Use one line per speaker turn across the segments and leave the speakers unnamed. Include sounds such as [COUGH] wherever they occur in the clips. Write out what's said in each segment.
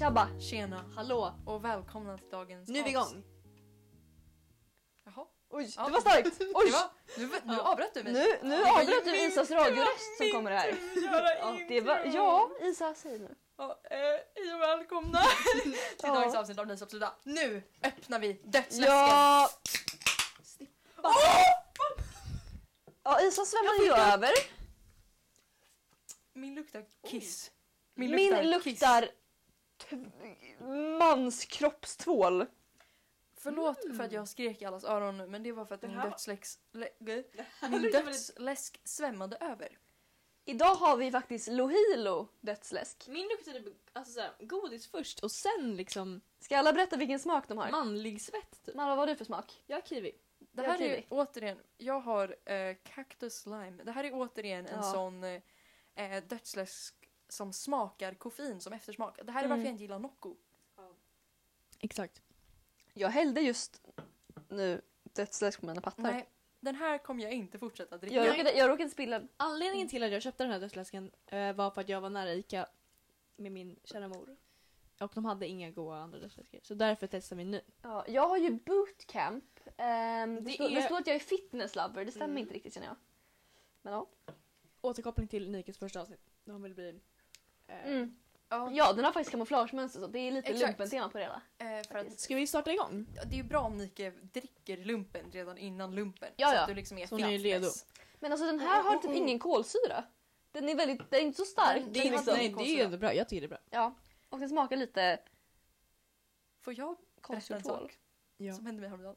Jag bara tjena, hallå och välkomna till dagens
Nu är vi
avs-
igång.
Jaha.
Oj,
Ja.
det var starkt.
Det
Oj,
var, nu nu avbröt du mig.
nu, nu
Det var
avbröt
ju
du
min-
Isas radioröst som kommer här. Ja, det var, ja, Isa, säg nu.
Ja, eh, hej och välkomna till
Ja.
dagens avsnitt av Nysop Sluta. Nu öppnar vi dödsläsken.
Ja,
Åh!
ja Isa svämmade ju över.
Min luktar kiss.
Min luktar, t- manskroppstvål.
Förlåt för att
Mm.
jag skrek i allas öron nu men det var för att
Det
min,
här var-
dödsläx... lä- gud, min dödsläsk svämmade över.
Idag har vi faktiskt Lohilo dödsläsk.
Min luktade alltså, såhär, godis först och sen liksom
Ska alla berätta vilken smak de har?
manlig svett typ.
Malva, vad har du för smak?
Jag har kiwi.
Det
Jag
här är ju
kiwi.
återigen, jag har eh, cactus lime. Det här är återigen en
Ja.
sån eh, eh, dödsläsk som smakar koffein som eftersmak. Det här är varför
Mm.
jag inte gillar Nocco.
Exakt.
Jag hällde just nu dödsläsk på mina pattar.
Nej, den här kommer jag inte fortsätta dricka.
Jag, råkade, jag råkade spilla Mm.
Anledningen till att jag köpte den här dödsläsken eh, var för att jag var nära ICA med min kära mor. Och de hade inga goda andra dödsläskor. Så därför testar vi nu.
Ja, jag har ju bootcamp. Ehm, det,
Det
står, det
är-
står att jag är fitness lover, det stämmer
Mm.
inte riktigt känner jag. Men ja.
Återkoppling till Nikes första avsnitt. Då hon ville bli... Eh,
Mm.
Ja,
ja, den har faktiskt kamouflagemönster så det är lite
Exakt.
lumpen-tema på det hela.
eh, för att,
Ska vi starta igång?
det är ju bra om Nike dricker lumpen redan innan lumpen.
Ja,
så
ja.
att du liksom är
Så hon är ju
fitness.
redo.
Men alltså den här har
Oh, oh,
typ
oh.
ingen kolsyra. Den är väldigt, den är inte så stark.
Den-
men
Det är
liksom,
inte-
nej, det är ju ändå bra. Jag tycker det är bra.
Ja. Och den smakar lite
Får jag berätta en
konsultol.
sak som hände mig häromdagen?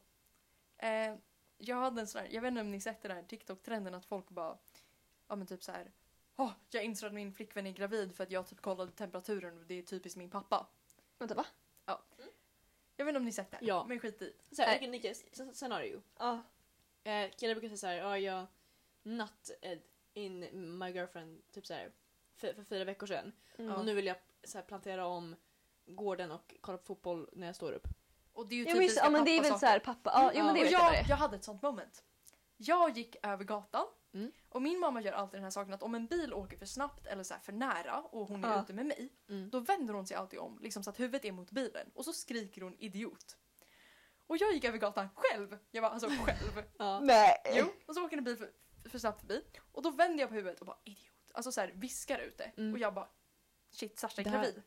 Eh, jag hade en sån här, jag vet inte om ni sett den här TikTok-trenden att folk bara, ja men typ så här. "Åh, jag inser att min flickvän är gravid för att jag typ kollade temperaturen och det är typiskt min pappa.
Vänta va?
Jag vet inte om ni sett det? här,
Ja.
Men skit i.
Så här,
Nej.
Okej, Nikes scenario.
Ja.
Eh, killar brukar säga såhär, ja jag nutted in my girlfriend typ såhär för, för fyra veckor sedan.
Mm.
Och nu vill jag så här, plantera om gården och kolla på fotboll när jag står upp.
Och det är ju
Jo men, just,
typiska
ja, men det är väl
pappasaker.
såhär pappa, ja, jo, men det
och
vet jag vad det
Mm. jag,
är.
jag hade ett sånt moment. Jag gick över gatan
Mm.
och min mamma gör alltid den här saken att om en bil åker för snabbt eller så här för nära och hon är
Ja.
ute med mig
Mm.
då vänder hon sig alltid om liksom så att huvudet är mot bilen och så skriker hon idiot. Och jag gick över gatan själv. Jag var alltså
[LAUGHS]
själv.
Ja.
Nej.
jo. Och så åker en bil för, för snabbt förbi och då vänder jag på huvudet och bara idiot. Alltså så här viskar ut det
Mm.
och jag bara shit Sasha är
Det här-
gravid.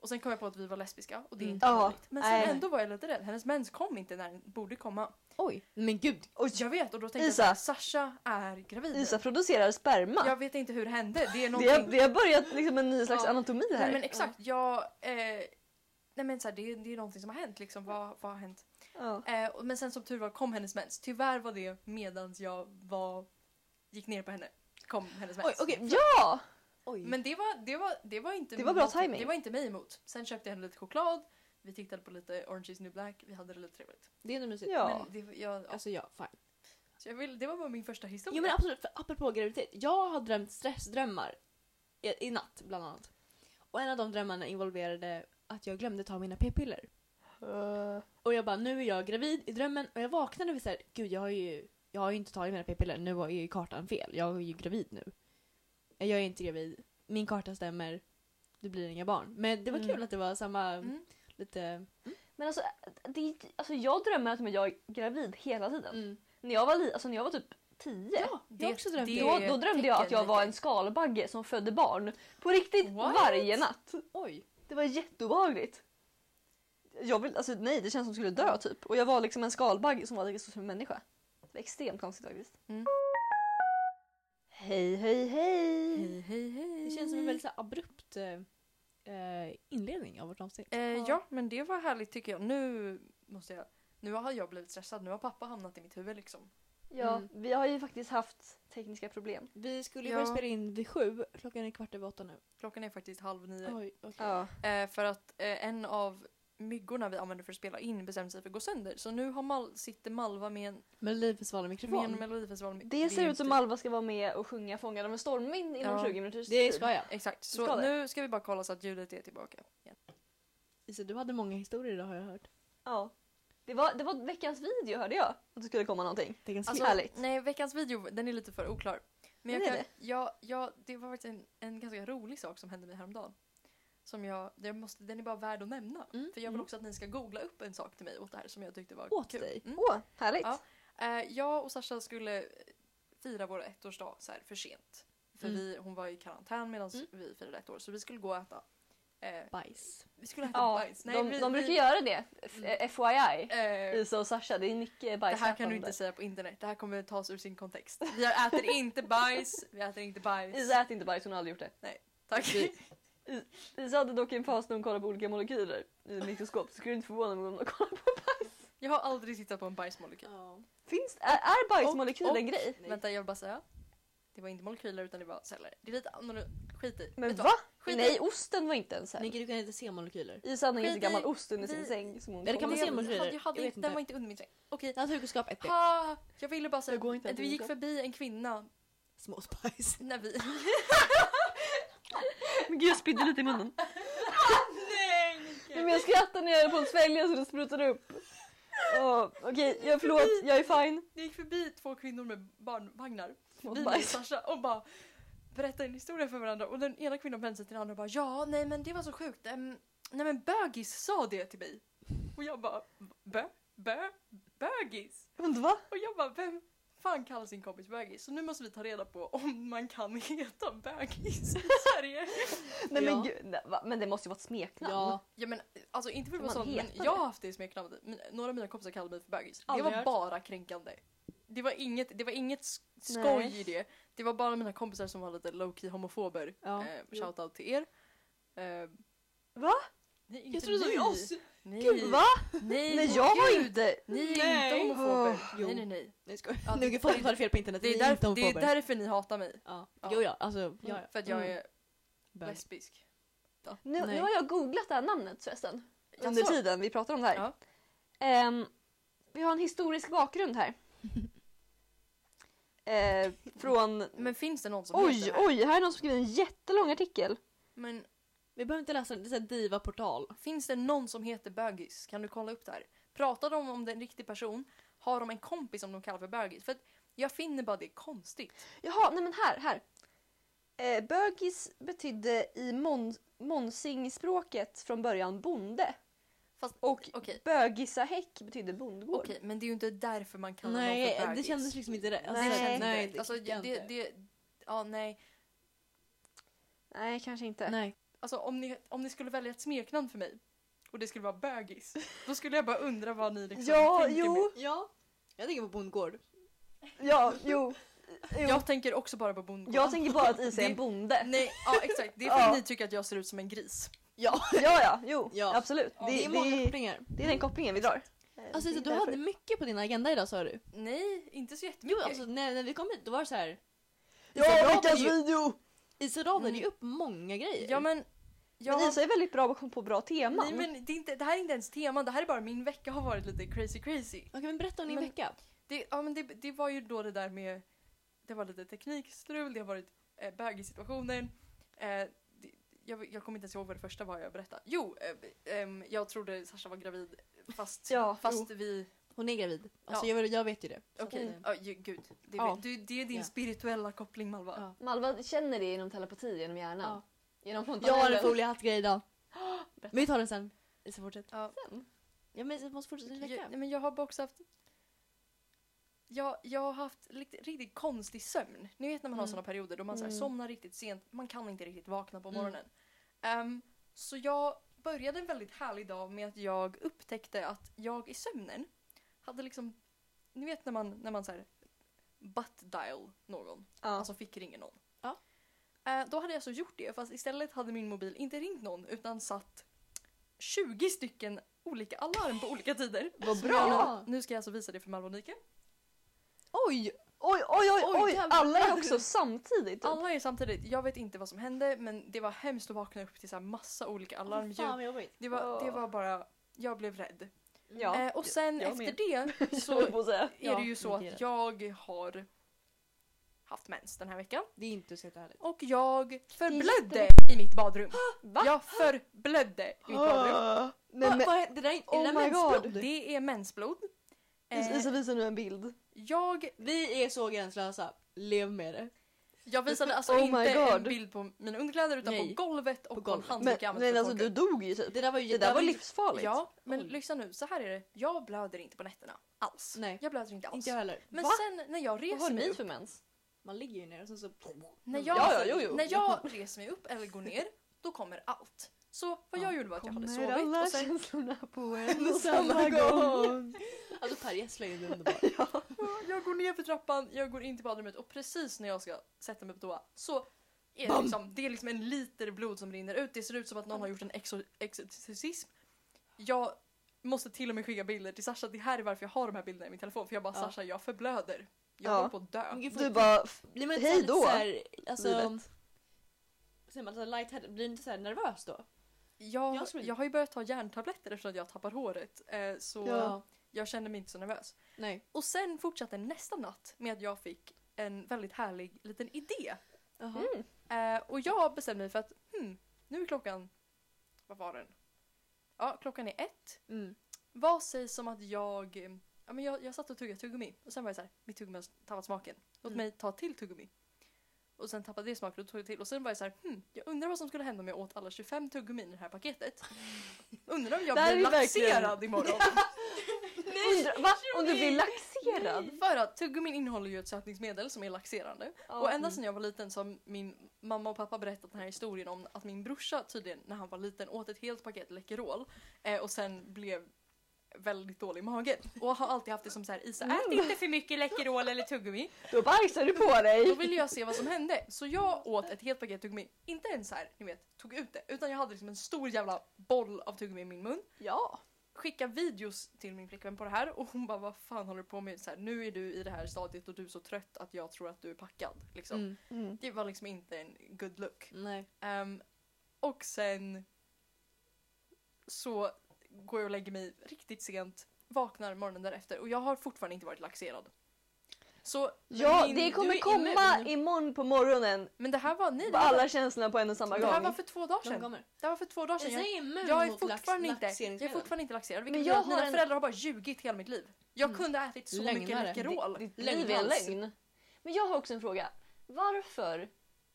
Och sen kom jag på att vi var lesbiska och det är
Mm.
inte
Ja.
vanligt. Men sen
Nej.
ändå var jag lite rädd. Hennes mens kom inte när den borde komma.
Oj. Men gud.
Och [LAUGHS] jag vet och då tänkte
Isa.
jag att Sasha är gravid.
Isa producerar sperma.
Jag vet inte hur det hände.
[LAUGHS]
Det är
Vi har,
någonting.
vi har börjat liksom en ny slags
Ja.
anatomi här.
Nej men exakt, jag... Eh, nej men så här, det, är- det är någonting som har hänt liksom. Vad, vad har hänt?
ja.
Eh, och- men sen som tur var kom hennes mens. Tyvärr var det medans jag var... Gick ner på henne. Kom hennes mens.
Oj, okej.
ja!
Oj.
Men det var, det var, det var inte...
Det var bra
något-
timing.
Det var inte mig emot. Sen köpte jag henne lite choklad. Vi tittade på lite Orange is the new black. Vi hade det lite trevligt.
Det är ändå mysigt.
Ja.
Men det, var- jag, ja.
Alltså ja, fine.
Så jag vill, det var bara min första historia.
Jo men absolut, för apropå graviditet. Jag har drömt stressdrömmar. I, I natt bland annat. Och en av de drömmarna involverade att jag glömde ta mina p-piller.
Eh.
Och jag bara, nu är jag gravid i drömmen. Och jag vaknade och såhär, gud jag har ju, jag har ju inte tagit mina p-piller. Nu var ju kartan fel. Jag är ju gravid nu. Jag är inte gravid. Min karta stämmer. Det blir inga barn. Men det var
Mm.
kul att det var samma,
Mm.
lite...
Men alltså, det, alltså jag drömmer att jag är gravid hela tiden.
Mm.
När, jag var li, alltså när jag var typ 10
Ja, jag har också drömt
det-
det.
då, då drömde jag att jag
tecken,
var
lite.
en skalbagge som födde barn. På riktigt
What?
varje natt.
Oj.
Det var jätteobehagligt. Jag vill, alltså, nej, det känns som jag
Mm.
skulle dö typ. Och jag var liksom en skalbagge som var lika stor som en människa. Det var extremt konstigt faktiskt.
Mm.
Hej, hej, hej!
Hej, hej, hej.
Det känns som en väldigt så här, abrupt eh, eh, inledning av vårt avsnitt.
Eh,
Ja.
ja. men det var härligt tycker jag. Nu måste jag... Nu har jag blivit stressad. Nu har pappa hamnat i mitt huvud liksom.
Ja,
Mm.
vi har ju faktiskt haft tekniska problem.
Vi skulle ju
Ja.
börja spela in vid sju. Klockan är kvart över åtta nu.
Klockan är faktiskt halv nio.
Oj, okej.
Eh, för att eh, en av myggorna vi använder för att spela in bestämde sig för att gå sönder. Så nu har Mal sitter Malva med en,
Melodifestivalen
med en
mikrofon.
melodifestival.
Det ser
är
ut som
inte-
Alva ska vara med och sjunga Fångad av en stormvind inom
Ja.
20 minuters
Det
tid.
ska jag.
Exakt, så
Ska det?
nu ska vi bara kolla så att ljudet är tillbaka. Igen.
Isa, du hade många historier idag har jag hört.
Ja. Det var, det var veckans video hörde jag. Att det skulle komma någonting.
Det är ganska
Alltså, Härligt.
Nej, veckans video den är lite för oklar. Men jag
Det
kan,
är det.
Ja, ja, det var faktiskt en, en ganska rolig sak som hände mig häromdagen. Som jag, jag måste, den är bara värd att nämna.
Mm,
För jag vill
mm.
också att ni ska googla upp en sak till mig åt det här som jag tyckte var
Åt
kul.
dig?
Mm.
Åh, härligt.
Ja. Eh, jag och Sasha skulle fira vår ettårsdag så här för sent. För
Mm.
vi, hon var i karantän medan
Mm.
vi firade ett år så vi skulle gå och äta. Eh,
Bajs.
vi skulle äta
Ja,
bajs. Nej,
de,
vi,
de brukar
vi,
göra det. F- eh, FYI.
eh,
Isa och Sasha, det är mycket
det här kan du
bajsätande.
inte säga på internet. Det här kommer tas ur sin kontext. Vi äter inte bajs. Vi äter inte bajs.
Isa äter inte bajs, hon har aldrig gjort det.
Tack.
Vi- Isa hade dock en fas när hon kollade på olika molekyler i mikroskop. Så skulle du inte förvåna mig om hon kollade på...
[LAUGHS] Jag har aldrig tittat på en bajsmolekyl.
Finns, är, är bajsmolekyl
Och- och-
en grej?
Nej.
Vänta, jag vill bara säga. Det var inte molekyler utan det var celler. Det är lite annorlunda. Skit i.
Men
Vet du
va?
Skit i.
Nej, osten var inte en
Nej,
cell.
du kan inte se molekyler.
Isa hade en
Skit
jättegammal
i-
ost under sin
vi-
säng. Som hon
Eller kan
kollade
man se
Jag
på.
molekyler?
hade- jag hade
Jag vet
inte- Den
inte.
var inte under min säng. Okej.
Naturkunskap 1B.
Ha, jag ville bara
Jag går
säga
inte
att vi gick
ens.
förbi en kvinna
Småspajs.
när [LAUGHS] vi...
Men gud, jag spydde lite
[LAUGHS]
i munnen.
Nej!
Men jag skrattade när jag höll på att svälja så det sprutade upp. Åh, Okej, jag förlåt. Jag är fine.
Det gick förbi två kvinnor med barnvagnar.
Smått
Vi och
bajs.
Sasha och bara berättade en historia för varandra. Och den ena kvinnan vände sig till den andra och bara ja, nej men det var så sjukt. Ehm, nej men bögis sa det till mig. Och jag bara bö, bö, bögis.
Men va?
Och jag bara, vem fan kallar sin kompis bögis? Så nu måste vi ta reda på om man kan heta bögis i Sverige.
Nej men
Ja.
gud. Nej, va? Men det måste ju vara ett smeknamn.
Ja.
ja men alltså inte för att
Kan
vara
man
sån, men
heta
jag
det?
har haft det i smeknamnet. Min- Några av mina kompisar kallade mig för bögis. Det
Aldrig
var
hört.
bara kränkande. Det var inget, det var inget sk- skoj
Nej.
i det. Det var bara mina kompisar som var lite low-key homofober.
Ja.
Eh,
Jo.
Shoutout till er. Eh,
Va?
Nej, inte
Jag trodde det
ni.
var oss.
Nej,
Gud, va?
nej,
Nej jag var
gud.
inte...
Ni är
Nej.
inte homofober.
Jo.
Nej, nej, nej.
Nej skoj.
Ja,
Nu
det-
folk som tar fel på internet.
Det är,
Ni inte
därför, det är
homofober.
därför ni hatar mig.
Ja.
Ja.
Jo ja, alltså. Ja, ja.
För att jag
Mm.
är
Bög.
lesbisk.
Nu,
Nej.
nu har jag googlat det här namnet förresten.
Jaså?
Under tiden vi pratar om det här.
Ja.
Ehm, vi har en historisk
[LAUGHS]
bakgrund här. Eh, från...
Men finns det någon som heter
Oj,
det här?
oj, här är någon som skrivit en jättelång artikel.
Men
Vi behöver inte läsa den. Det är så här diva-portal.
finns det någon som heter bögis? Kan du kolla upp det här? Pratar de om det är en riktig person? Har de en kompis som de kallar för bögis? För att jag finner bara det konstigt.
Jaha, nej men här, här. Eh, bögis betydde i mon, monsingspråket från början bonde.
Fast
Och
okej,
bögisahäck betydde bondgård.
okej, men det är ju inte därför man kallar någon för
Nej, det
bögis.
kändes liksom inte rätt.
Nej.
det känns
inte
nej,
inte. Alltså,
klickar
det, det,
inte.
ja, nej.
Nej, kanske inte.
Nej.
Alltså om ni, om ni skulle välja ett smeknamn för mig och det skulle vara bögis, då skulle jag bara undra vad ni liksom
Ja,
tänker med.
jo,
Ja. Jag tänker på bondgård.
ja, jo. jo. Jag,
Jag tänker också bara på bondgården.
tänker bara att Isa är en
Det-
bonde.
Nej, ja exakt. Det är för att
Ja.
ni tycker att jag ser ut som en gris.
Ja.
Ja, ja, jo,
Ja.
absolut.
Ja,
det,
Det är många kopplingar.
det är den kopplingen vi drar.
Alltså,
Det är
Lisa, du
därför.
hade mycket på din agenda idag sa du.
Nej, inte så
Jo,
jättemycket.
alltså när, när vi kom hit då var det så här.
alltså,
Ja, Mm.
Isa
veckans
radade ju,
video!
Isa radade ju upp många grejer.
ja men... Ja,
Men Isa är väldigt bra på att komma på bra teman.
nej, men det, är inte, det här är inte ens teman, det här är bara min vecka har varit lite crazy crazy.
Okej men berätta om din
Men-
vecka.
Det, ja, men det, det var ju då det där med... Det var lite teknikstrul, det har varit eh, bögissituationen. Eh, det- jag, jag kommer inte ens ihåg vad det första var jag berättade. Jo, eh, ehm, jag trodde Sasha var gravid fast,
Ja,
fast vi...
Hon är gravid. Alltså,
Ja.
jag, jag vet ju det. Så
Okej,
att, eh,
ja, ju- gud. Det,
Ja.
du, det är din
Ja.
spirituella koppling Malva.
Ja.
Malva känner det genom telepati, genom hjärnan. Genom
Jag har en
fontanellen.
foliehattgrej idag. Men vi tar den sen. Isa fortsätt.
Ja.
Ja men vi måste fortsätta din
Jag,
vecka.
nej, men jag har bara också haft... Jag, jag har haft riktigt, riktigt konstig sömn. Ni vet när man har
Mm.
såna perioder då man så här,
Mm.
somnar riktigt sent. Man kan inte riktigt vakna på
Mm.
morgonen. Ehm, så jag började en väldigt härlig dag med att jag upptäckte att jag i sömnen hade liksom... Ni vet när man, när man så här butt dial någon.
Ja.
Alltså fick ringa någon.
Ja.
Eh, då hade jag så gjort det fast istället hade min mobil inte ringt någon utan satt 20 stycken olika alarm på olika tider.
Vad
Så
bra!
jag- Nu ska jag alltså visa det för Malva och Nike.
Oj!
Oj, oj, oj,
Oj,
oj!
jävlar.
Alla är också samtidigt. typ.
Alla är samtidigt. Jag vet inte vad som hände men det var hemskt att vakna upp till så här massa olika
Fan
alarmljud.
vad jobbigt.
Det var, det
Åh.
var bara... Jag blev rädd.
Ja,
eh, och sen
jag
efter
med. [LAUGHS]
det så
höll på att säga.
är
Ja,
det ju så
mycket
att jag har haft mens den här veckan.
Det är inte så jättehärligt.
Och jag förblödde
jättebra.
i mitt badrum.
[GASPS] Va?
Jag förblödde i
[GASPS]
mitt badrum.
Ah. Nej,
Va-
men,
vad är- det där är inte
Oh
det där
my
mensblod?
god.
Det är mensblod.
Is-
Eh,
Isa visar nu en bild.
jag,
Vi är så gränslösa. Lev med det.
Jag visade alltså
[LAUGHS] Oh my
inte en
God.
bild på mina underkläder utan
Nej.
på golvet och
På
på,
golvet.
Men,
handduken jag använde
men
för
alltså
att
du
torka.
dog ju typ.
Det där var ju...
Det där var
ju-
livsfarligt.
Ja, men
Oj.
lyssna nu. Så här är det. Jag blöder inte på nätterna. Alls.
Nej.
Jag blöder inte alls.
Inte jag heller.
Men
Va?
sen när jag
Vad har
reser mig
ni
upp.
för mens?
Man ligger ju ner och sen så...
När jag,
Ja, ja, jo, jo.
När jag reser mig upp eller går ner, då kommer allt. Så vad jag
Ja.
gjorde var att jag hade
Kommer
sovit
alla
och sen...
känslorna på [LAUGHS]
en och samma gång. Alltså Per Gessle är ju inte underbar.
[LAUGHS] Jag går ner för trappan, jag går in till badrummet och precis när jag ska sätta mig på toa så är det,
Bam!
liksom, det är liksom en liter blod som rinner ut. Det ser ut som att någon har gjort en exor- exorcism. Jag måste till och med skicka bilder till Sasha. Det här är varför jag har de här bilderna i min telefon. För jag bara
Ja.
Sasha, jag förblöder. Jag
Ja.
håller på att dö.
Men gud,
Du
folk-
bara, f-
Blir man inte
Hej
så här lite
då,
så här, alltså,
livet.
säger man, alltså, lightheaded, blir du inte så här nervös då?
Jag,
Jag skulle-
jag har ju börjat ta järntabletter eftersom att jag tappar håret. Eh, så
Ja.
jag kände mig inte så nervös.
Nej.
Och sen fortsatte nästa natt med att jag fick en väldigt härlig liten idé.
Jaha.
mm.
Eh, och jag bestämde mig för att hmm, nu är klockan... Vad var den? Ja, klockan är ett.
Mm.
Vad sägs om att jag... eh, Ja, men jag, jag satt och tuggade tuggummi och sen var jag så här, mitt tuggummi har tappat smaken. Låt
Mm.
mig ta till tuggummi. Och sen tappade det smaken och tog jag till och sen var jag så här, hmm, jag undrar vad som skulle hända om jag åt alla 25 tuggummin i det här paketet. Undrar om jag
Det här
blir
är verkligen-
laxerad imorgon.
Undra, va? Om du blir laxerad?
För att tuggummin innehåller ju ett sötningsmedel som är laxerande. Och ända sedan jag var liten så har min mamma och pappa berättat den här historien om att min brorsa tydligen när han var liten åt ett helt paket Läkerol eh, och sen blev väldigt dålig i magen. Och har alltid haft det som så här Isa, ät inte för mycket Läkerol eller tuggummi.
Då bajsar du på
Då
dig!
ville jag se vad som hände. Så jag åt ett helt paket tuggummi. Inte ens så här, ni vet, tog ut det. Utan jag hade liksom en stor jävla boll av tuggummi i min mun
Ja.
skicka videos till min flickvän på det här och hon bara vad fan håller du på med? Så här, nu är du i det här stadiet och du är så trött att jag tror att du är packad. Liksom.
Mm.
Mm.
Det var liksom inte en good look.
Nej.
Ehm, och sen så går jag och lägger mig riktigt sent, vaknar morgonen därefter och jag har fortfarande inte varit laxerad. Så,
Ja,
Min-
det
du
kommer
är
komma
inne,
imorgon på morgonen.
men det här var ni. Det här,
Alla
var,
känslorna på en och samma
det här var
gång.
för två dagar
De
sedan.
kommer.
Det här var för två dagar sedan.
Isa
Jag,
är immun
jag, är
mot lax-
fortfarande inte, jag är
laxeringsmedel.
fortfarande inte laxerad. Vilket
Men
gör
jag
att mina
har en-
föräldrar har bara ljugit hela mitt liv. Jag
Mm.
kunde ha ätit så
Lögnare.
mycket Läkerol.
Ditt
Lögn
liv är en
[LAUGHS] alls.
lögn. Men jag har också en fråga. Varför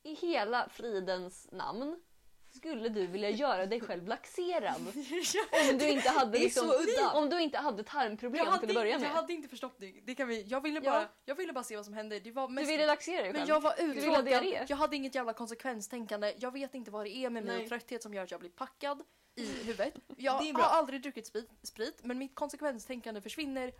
i hela fridens namn skulle du vilja göra dig själv laxerad? Om du inte [LAUGHS] hade,
Det är
liksom,
så udda.
om du inte hade tarmproblem
jag, hade,
till att börja
inte- jag
med.
hade inte förstått det. det kan vi, jag, ville
Ja.
bara, jag ville bara se vad som hände. Det var
Du
mest,
ville laxera dig
men
själv.
jag var
ville ha
uttråkad.
diarré.
Jag hade inget jävla konsekvenstänkande. Jag vet inte vad det är med mig
Nej.
och trötthet som gör att jag blir packad i
[LAUGHS]
huvudet. Jag
Det är
har
bra.
aldrig druckit sprit, sprit men mitt konsekvenstänkande försvinner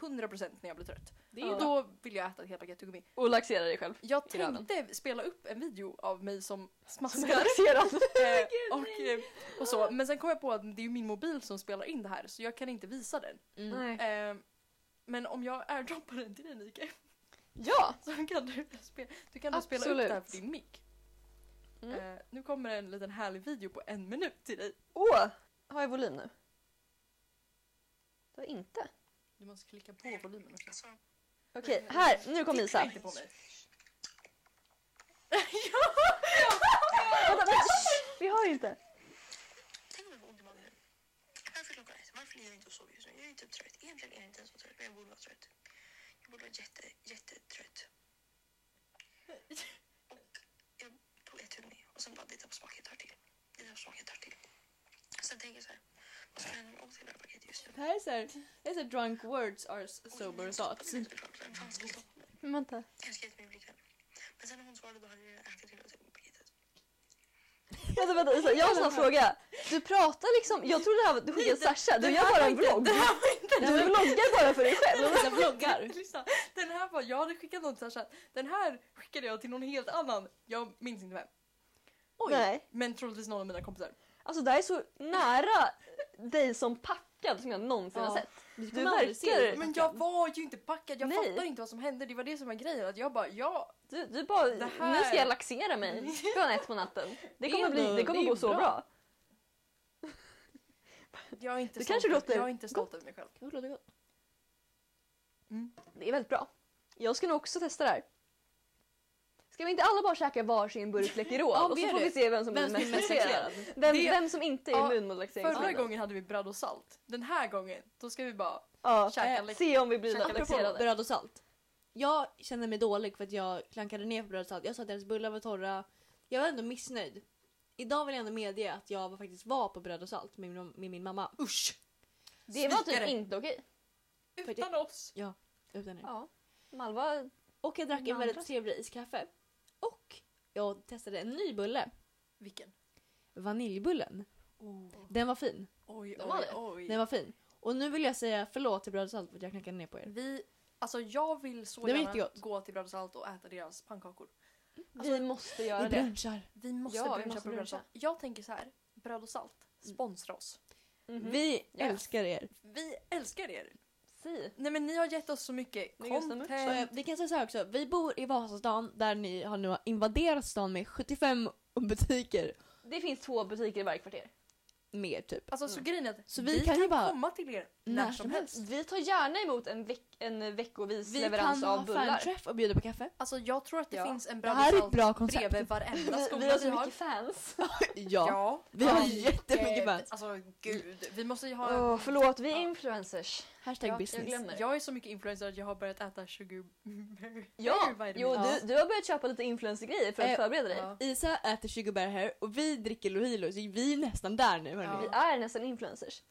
100% när jag blir trött.
Det är ju
Ja.
bra.
Då vill jag äta ett helt paket tuggummi.
Och laxera dig själv.
Jag
I röven.
tänkte spela upp en video av mig som
Som
smaskar
är [LAUGHS] laxerad.
[LAUGHS] Eh, och, eh, och så. Men sen kom jag på att det är min mobil som spelar in det här så jag kan inte visa
[LAUGHS]
den.
Mm.
Eh, men om jag airdroppar den till dig Nike
Ja!
så kan du, spe- du kan då spela upp
Absolut.
det här för din mick.
Mm.
Eh, nu kommer en liten härlig video på en minut till dig.
Åh! Har jag volym nu? Det var inte.
Du måste klicka på volymen också.
Okej, här. Nu kom
Titta
Isa. Vänta,
inte på
[LAUGHS]
mig.
vänta. shh, Vi hör inte.
Tänk om jag får ont i magen nu. Varför klockan ett? Varför ligger jag inte och sover just nu? Jag är ju typ trött. Egentligen är jag inte ens så trött, men jag borde vara trött. Jag borde vara jätte, jättetrött. Och jag tog ett tuggummi och sen bara det tar på smaken, tar till. Det tar på smaken, tar till. Sen tänker jag så här, vad skulle hända om jag åt hela det här paketet just nu?
Det här är såhär, det är så här, drunk words are sober thoughts. [LAUGHS]
Vem fan skulle stoppa mig?
Men vänta.
Jag har skrivit min flickvän. Men sen när hon svarade då hade jag ätit hela paketet.
Vänta, vänta Isa. Jag har en snabb fråga. Du pratar liksom... Jag trodde det här var... Du skickade Sasha. Du gör bara en vlogg.
[LAUGHS]
Du vloggar bara för dig själv.
Lisa vloggar.
Lyssna, den här var, jag hade skickat något så här, så här. Den här skickade jag till någon helt annan. Jag minns inte vem. Oj.
Nej.
Men troligtvis någon av mina kompisar.
Alltså det här är så nära dig som packad som jag någonsin
Ja.
har sett.
Du
Du
kommer aldrig se det.
verkar-
Men jag var ju inte packad, jag
Nej.
fattar inte vad som hände. Det var det som var grejen. Att jag bara, ja.
Du, du bara,
Det här-
nu ska jag laxera mig klockan ett på natten. Det kommer,
ändå-
bli, det kommer
det är
gå så
bra.
bra.
Jag är inte,
Det
stolt,
kanske låter
jag är inte stolt över mig själv. Mm.
Det låter gott.
Det är väldigt bra. Jag ska nog också testa det här. Ska vi inte alla bara käka varsin
[LAUGHS]
burk Läkerol
Ja,
och
vi
så
gör
får
det.
vi se vem som
Vem som
blir
är mest
mest laxerad.
sexuell?
Vem,
Det-
vem som inte är
Ja,
immun mot
Förra
laxeringsmedel.
gången hade vi bröd och salt. Den här gången, då ska vi bara
Ja,
käka
se om vi blir
käka
laxerade.
Apropå bröd och salt. jag kände mig dålig för att jag klankade ner på brödsaltet. Jag sa att deras bullar var torra. Jag var ändå missnöjd. Idag vill jag ändå medge att jag var- faktiskt var på bröd och salt med min, med min mamma.
Mm.
Usch!
Det var typ
Svikare.
inte okej.
Utan oss!
Utan er.
Ja. Malva,
Och jag drack
Med
en väldigt
andra.
trevlig iskaffe. Och jag testade en ny bulle.
Vilken?
Vaniljbullen.
Oh.
Den var fin.
Oj,
De var
oj,
det.
oj.
Den var fin. Och nu vill jag säga förlåt till bröd och salt för att jag knackade ner på er.
Vi, alltså jag vill så
Det var
gärna
jättegott.
gå till Bröd och Salt och äta deras pannkakor.
vi måste göra
Vi
det.
brunchar.
Vi måste
Ja, vi
bruncha
måste
på Bröd och
bruncha.
Salt. Jag tänker så här, Bröd och Salt,
Mm.
sponsra oss.
Mhm.
Vi
Ja.
älskar er.
Vi älskar er!
Si.
Nej men ni har gett oss så mycket
Det är just en
content.
Så, eh, vi kan säga så här också. Vi bor i Vasastan där ni har nu invaderat stan med 75 butiker.
Det finns två butiker i varje kvarter.
Mer typ.
Alltså så
Mm.
grejen är att
Så vi kan ju bara-
komma till er när som helst.
Vi tar gärna emot en, veck en veckovis
Vi
leverans
kan
av
ha
bullar.
fanträff och bjuda på kaffe.
Alltså jag tror att det
Ja.
finns en
Det
Bröd
här
och
är ett
Salt
bra koncept.
bredvid varenda
Vi,
skola
vi har så
vi har.
mycket fans.
[LAUGHS] Ja. Vi har jättemycket fans.
Alltså gud, vi måste ju ha...
Åh, förlåt, vi är
Ja.
influencers.
Hashtag
Ja, jag
business.
glömde. glömmer.
Jag är så mycket influencer att jag har börjat äta [LAUGHS] sugarberry.
Ja, jo,
Ja.
du, du har börjat köpa lite influencergrejer för att
Eh,
förbereda dig.
Ja.
Isa äter sugarbär här och vi dricker Lohilo så vi är nästan där nu hörni.
Vi är nästan influencers.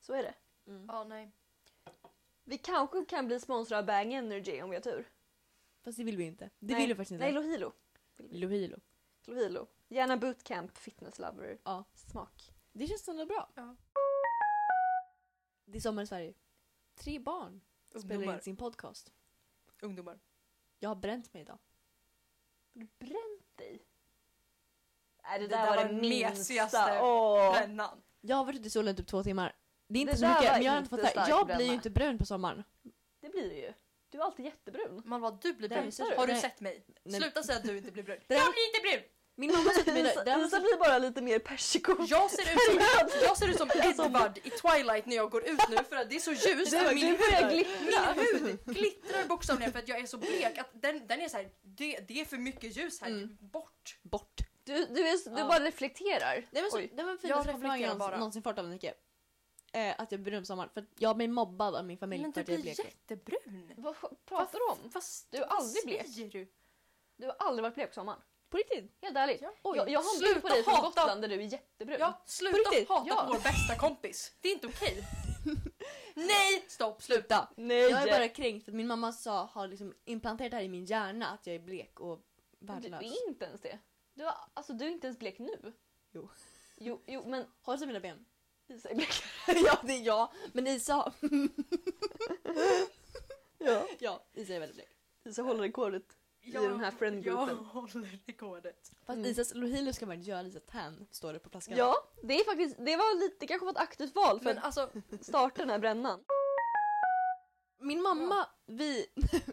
Så är det.
Mm.
Ja, nej.
Vi kanske kan bli sponsrade av Bang Energy om vi har tur.
Fast det vill vi inte. Det
Nej.
vill vi faktiskt inte.
Nej, Lohilo.
Lohilo.
Lohilo. Gärna bootcamp, fitness lover.
Ja.
Smak.
Det känns ändå bra.
Ja.
Det är sommar i Sverige. Tre barn spelar in
Ungdomar.
sin podcast.
Ungdomar.
Jag har bränt mig idag.
Har du bränt dig? Nej, det,
Det
där, var det
mesigaste.
minsta. Åh.
Brännan.
Jag har varit ute i solen typ två timmar. Det är inte
Det
så
där
mycket
var
men jag har inte
inte
fått det. här.
stark
Jag blir ju
bränna.
inte brun på sommaren.
Det blir det ju. Du är alltid jättebrun.
Man bara, du blir
Nej,
brun.
så-
Har du
nej.
sett mig?
Nej.
Sluta säga att du inte blir brun.
Det-
Jag blir inte brun!
Min mamma sa till [LAUGHS] mig
[LAUGHS] Isa
det här
Isa
måste-
blir bara lite mer persikon.
Jag ser ut som, jag ser ut som Edward i Twilight när jag går ut nu för att det är så ljust.
Du,
och
du
min,
börjar
min
glittra.
hud glittrar bokstavligen för att jag är så blek att den, den är så här, det, det är för mycket ljus här.
Mm.
Bort!
Bort.
Du, du, är, du
Ja.
bara reflekterar.
Det var, så,
Oj.
det var den
Jag
finaste
reflekterar
komplimangen jag någonsin-
bara.
någonsin fått av Nike. Eh, att jag blir brun på sommaren. För att jag blev mobbad av min familj
Men
för
du
att jag är
blir
blek.
jättebrun.
Vad f- pratar du om?
Fast
Du är aldrig blek.
säger du?
Du har aldrig varit blek på sommaren.
På riktigt?
Helt ärligt.
Ja.
Oj.
jag, jag har en bild på
Sluta
dig från
hata.
Gotland där du är jättebrun.
Ja, sluta
På riktigt?
hata
Ja.
vår bästa kompis. Det är inte
[LAUGHS]
okej. Nej! Stopp, sluta.
Nej!
Jag är bara kränkt för att min mamma sa, har liksom implanterat det här i min hjärna att jag är blek och
du, du
värdelös.
är inte ens det. Du, har, alltså, du är inte ens blek nu.
Jo.
Jo, jo men
Håll sig mina ben.
Isa är blek.
ja, det är jag. Men Isa. [LAUGHS] ja. ja, Isa är väldigt blek.
Isa håller rekordet.
Jag,
I den här friendgruppen.
Jag håller rekordet.
Fast
Mm.
Isas Lohilo ska man inte göra Lisa Tan, står det på flaskan.
Ja, det är faktiskt, det var lite, det kanske var ett aktivt val för
Men
[LAUGHS]
alltså,
att starta den här brännan.
Min mamma, vi...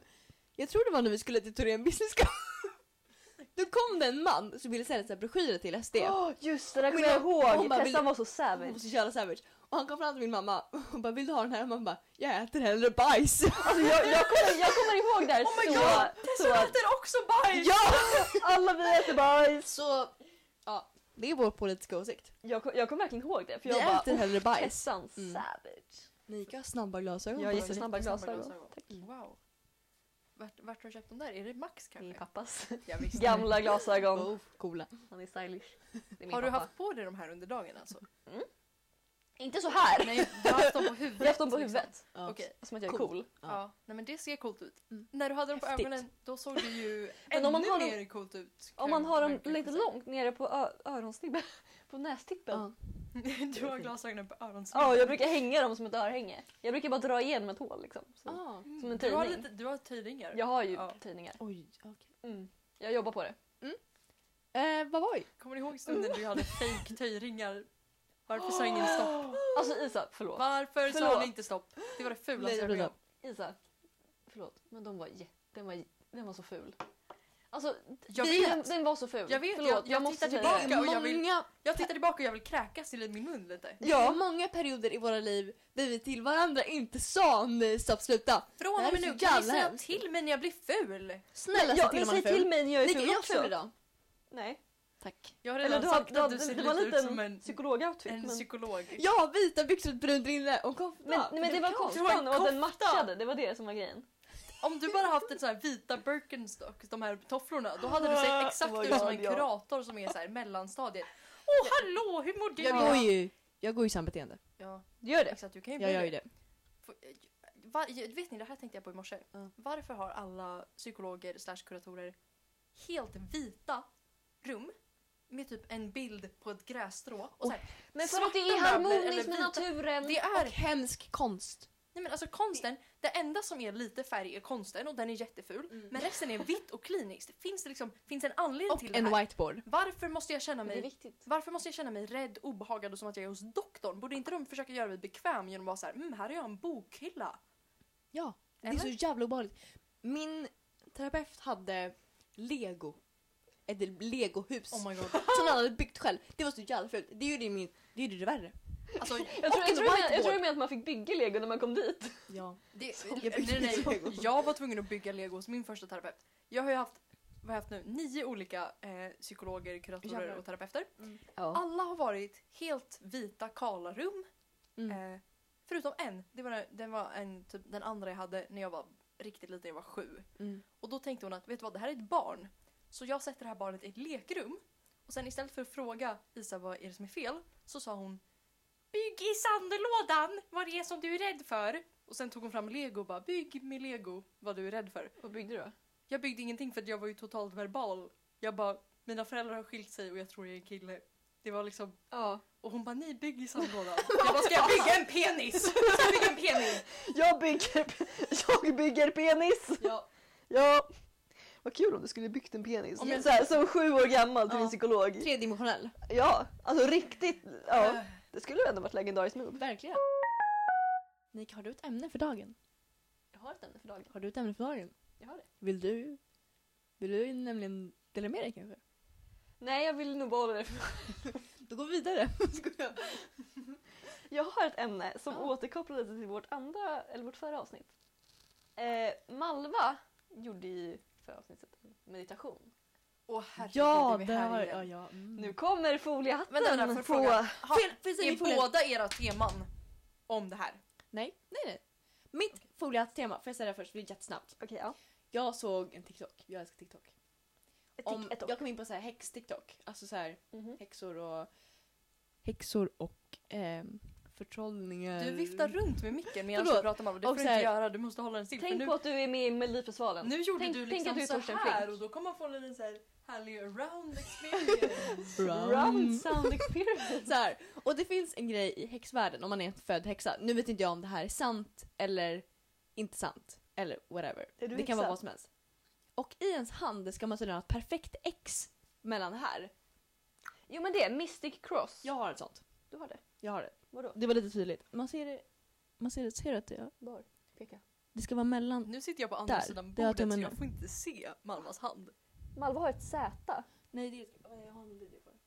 [LAUGHS] jag tror det var när vi skulle till Thorén Business School. [LAUGHS] Då kom det en man som ville sälja så här broschyrer till SD.
Åh, just det där kommer
Men
jag
jag- hon
ihåg!
bara,
Tessan
vill-
var så
Hon var
savage.
så jävla savage. Och han kom fram till min mamma och bara vill du ha den här? Och mamma bara jag äter hellre bajs.
Alltså, jag, jag, kommer, jag kommer ihåg det här
oh my
så...
god!
så
Tessan äter också bajs!
ja!
alla vi äter bajs!
Så ja, det är vår politiska åsikt.
Jag, kom- jag kommer verkligen ihåg det för
Vi
jag bara...
äter hellre bajs.
Tessan
Mm.
savage.
Nika har snabba glasögon
Jag
på
är
sig.
jättesnabb. Snabba glasögon.
Tack. Wow. Vart, vart har du köpt dem där? Är det Max
Min
kanske?
pappas
Ja, visst.
gamla glasögon.
Oh, coola.
Han är stylish. Det är min
Har du
pappa.
haft på dig de här under dagen
[LAUGHS]
alltså?
Inte så här!
Nej, du har haft dem på huvudet.
Jag har haft dem på
liksom.
huvudet.
Ja.
Okej.
Som att jag är
Cool.
cool.
Ja.
Ja.
nej men det ser coolt ut.
Mm.
När du hade dem på
Häftigt.
ögonen då såg det ju
Men
ännu
om man har dem-
mer coolt ut.
Om man har dem
Verkligen.
lite långt nere på ö- öronsnibben. [LAUGHS] På nästippen. Ja,
Ja.
[LAUGHS] du har glasögonen på öronen.
jag brukar hänga dem som ett örhänge. Jag brukar bara dra igenom ett hål liksom. Så.
Ah.
Som en
du har,
tidning.
lite, du har tidningar.
Jag har ju
Ja.
tidningar. Mm.
Oj, okej.
Jag jobbar på det.
Eh, vad var vi?
Kommer ni ihåg stunden du hade fake töjringar? Varför sa
[GASPS]
ingen stopp?
Alltså Isa, förlåt.
Varför sa
Förlåt.
ni inte stopp? Det var det fulaste
Nej,
jag varit med om.
förlåt.
Isa, förlåt. Men de var jä- den, var, den var så ful. Alltså,
Jag
vi- den,
vet.
den var så ful.
Jag vet,
förlåt,
jag- jag tittar
säga
tillbaka.
det.
och jag vill-
Många,
Jag tittar tillbaka och jag vill kräkas i min mun lite.
ja. många perioder i våra liv där vi till varandra inte sa nej, stopp, sluta. Det
Från
här
och med
är så
nu kan ni
jävla
säga
hemskt.
till mig när jag blir ful.
Snälla
Ja,
säg till
men
om man
säg
är ful.
till mig när jag är
Nicke,
ful
jag är
också.
ful idag.
Nej.
Tack.
Jag har
Eller
redan
du, har,
sagt
du,
att
har,
du
du,
ser
det
lite
var
ut som
lite
en,
en psykologoutfit.
en
men,
psykolog.
Ja, vita byxor, ett brunt rinne och en kofta.
men, men det var
kan inte vara en
koftan och den
kofta.
matchade. Det var det som var grejen.
Om du bara haft ett så här vita Birkenstocks, de här tofflorna, då hade du
[LAUGHS]
sett exakt
Oh
Vad
ut som
glad
en
jag.
kurator som är så här mellanstadiet. Åh hallå, hur mår du?
Jag går ju, jag går ju samma beteende.
Ja,
Gör det.
exakt. Du kan ju
Jag
bli
gör ju
det.
det.
Får- eh, Va, vet ni, det här tänkte jag på i morse.
Ja.
Varför har alla psykologer slash kuratorer helt vita rum med typ en bild på ett grässtrå? Och så här,
Men för att det är
svarta
harmoniskt med
möbler eller vita-
naturen.
Det
Och
är
hemsk konst.
Nej men alltså konsten, det enda som är lite färg är konsten och den är jätteful.
Mm.
Men resten är vitt och kliniskt. Finns det liksom, finns en anledning till
Och
det
en
här?
whiteboard.
Varför måste jag känna
Det är
mig
viktigt.
varför måste jag känna mig rädd, obehagad och som att jag är hos doktorn? Borde inte de försöka göra mig bekväm genom att vara så här, mm, här har jag en bokhylla.
Ja,
Eller?
det är så jävla obehagligt. Min terapeut hade lego. Ett legohus
Oh my god.
[LAUGHS] som han hade byggt själv. Det var så jävla fult. Det gjorde ju min, det gjorde det värre.
Alltså,
Jag tror,
och en
jag, tror jag, jag
whiteboard.
tror jag menar att man fick bygga lego när man kom dit.
Ja. [LAUGHS]
Det,
Jag
jag,
byggde
nej, nej,
lego.
jag var tvungen att bygga lego hos min första terapeut. Jag har ju haft, vad har jag haft nu, nio olika eh, psykologer, kuratorer
Jävlar.
och terapeuter.
Ja.
Alla har varit helt vita, kala rum.
Mm.
Eh, förutom en. Det var, den, var en, typ, den andra jag hade när jag var riktigt liten, jag var sju.
Mm.
Och då tänkte hon att vet du vad, det här är ett barn. Så jag sätter det här barnet i ett lekrum. Och sen istället för att fråga Isa vad är det som är fel så sa hon Bygg i sandlådan vad det är som du är rädd för. Och sen tog hon fram lego och bara bygg med lego vad du är rädd för.
Vad byggde du då?
Jag byggde ingenting för att jag var ju totalt verbal. Jag bara mina föräldrar har skilt sig och jag tror jag är en kille. Det var liksom
Ja.
och hon bara nej bygg i sandlådan. [LAUGHS] Jag bara ska jag bygga en penis? [LAUGHS] Ska jag bygga en penis?
Jag bygger, jag bygger penis!
Ja.
Ja. Vad kul om du skulle byggt en penis.
Om jag-
Så här, som sju år gammal till
Ja.
din psykolog.
Tredimensionell.
Ja, alltså riktigt. Ja.
Äh.
Det skulle ändå varit legendariskt move.
Verkligen. Nick, har du ett ämne för dagen?
Jag har ett ämne för dagen.
Har du ett ämne för dagen?
Jag har det.
Vill du? Vill du nämligen dela med dig kanske?
Nej, jag vill nog behålla det för
Då går vi vidare.
[LAUGHS] Jag har ett ämne som
Ja.
återkopplar lite till vårt andra, eller vårt förra avsnitt. Eh, Malva gjorde i förra avsnittet en meditation.
Åh herregud
ja,
är vi
det
här
har
igen.
ja, ja. Mm.
Nu kommer foliehatten!
Vänta, vänta, får jag
på...
fråga? Ha,
finns det
är
i foliet?
båda era teman om det här?
Nej, nej, nej. Mitt foliehattstema, får jag säga det först? För det är jättesnabbt.
Okej, ja.
Jag såg en TikTok. Jag älskar TikTok.
Ett
Om,
tick, ett
jag kom in på så här häx-TikTok. Alltså så här
Mhm.
häxor och... Häxor och ehm, förtrollningar.
Du viftar runt med micken medan
Förlåt.
du pratar Malva. Det
Och
får du
så
inte
här-
göra, du måste hålla den still.
Tänk
för
på att du är med i Melodifestivalen.
nu, nu gjorde
tänk-
du
tänk
liksom
att du är
så
Torsten
här
Flink.
och då kommer man få en liten så här härlig
[LAUGHS]
around experience.
Round sound [LAUGHS] experience.
Så här. Och det finns en grej i häxvärlden om man är en född häxa. Nu vet inte jag om det här är sant eller inte sant. Eller whatever.
Är du
det kan
häxa?
vara vad som helst. Och i ens hand ska man tydligen ha ett perfekt X mellan det här.
jo men det, är Mystic Cross.
Jag har ett sånt.
Du har det.
Jag har det.
Vadå?
Det var lite tydligt. Man ser det. Man ser det. Ser du att det,
Var? Peka.
det ska vara mellan?
nu sitter jag på andra
Där,
sidan
det har
bordet så
tummen
jag
nu.
får inte se Malvas hand.
Malva har ett Z.
Nej, det är... Jag har en video på det.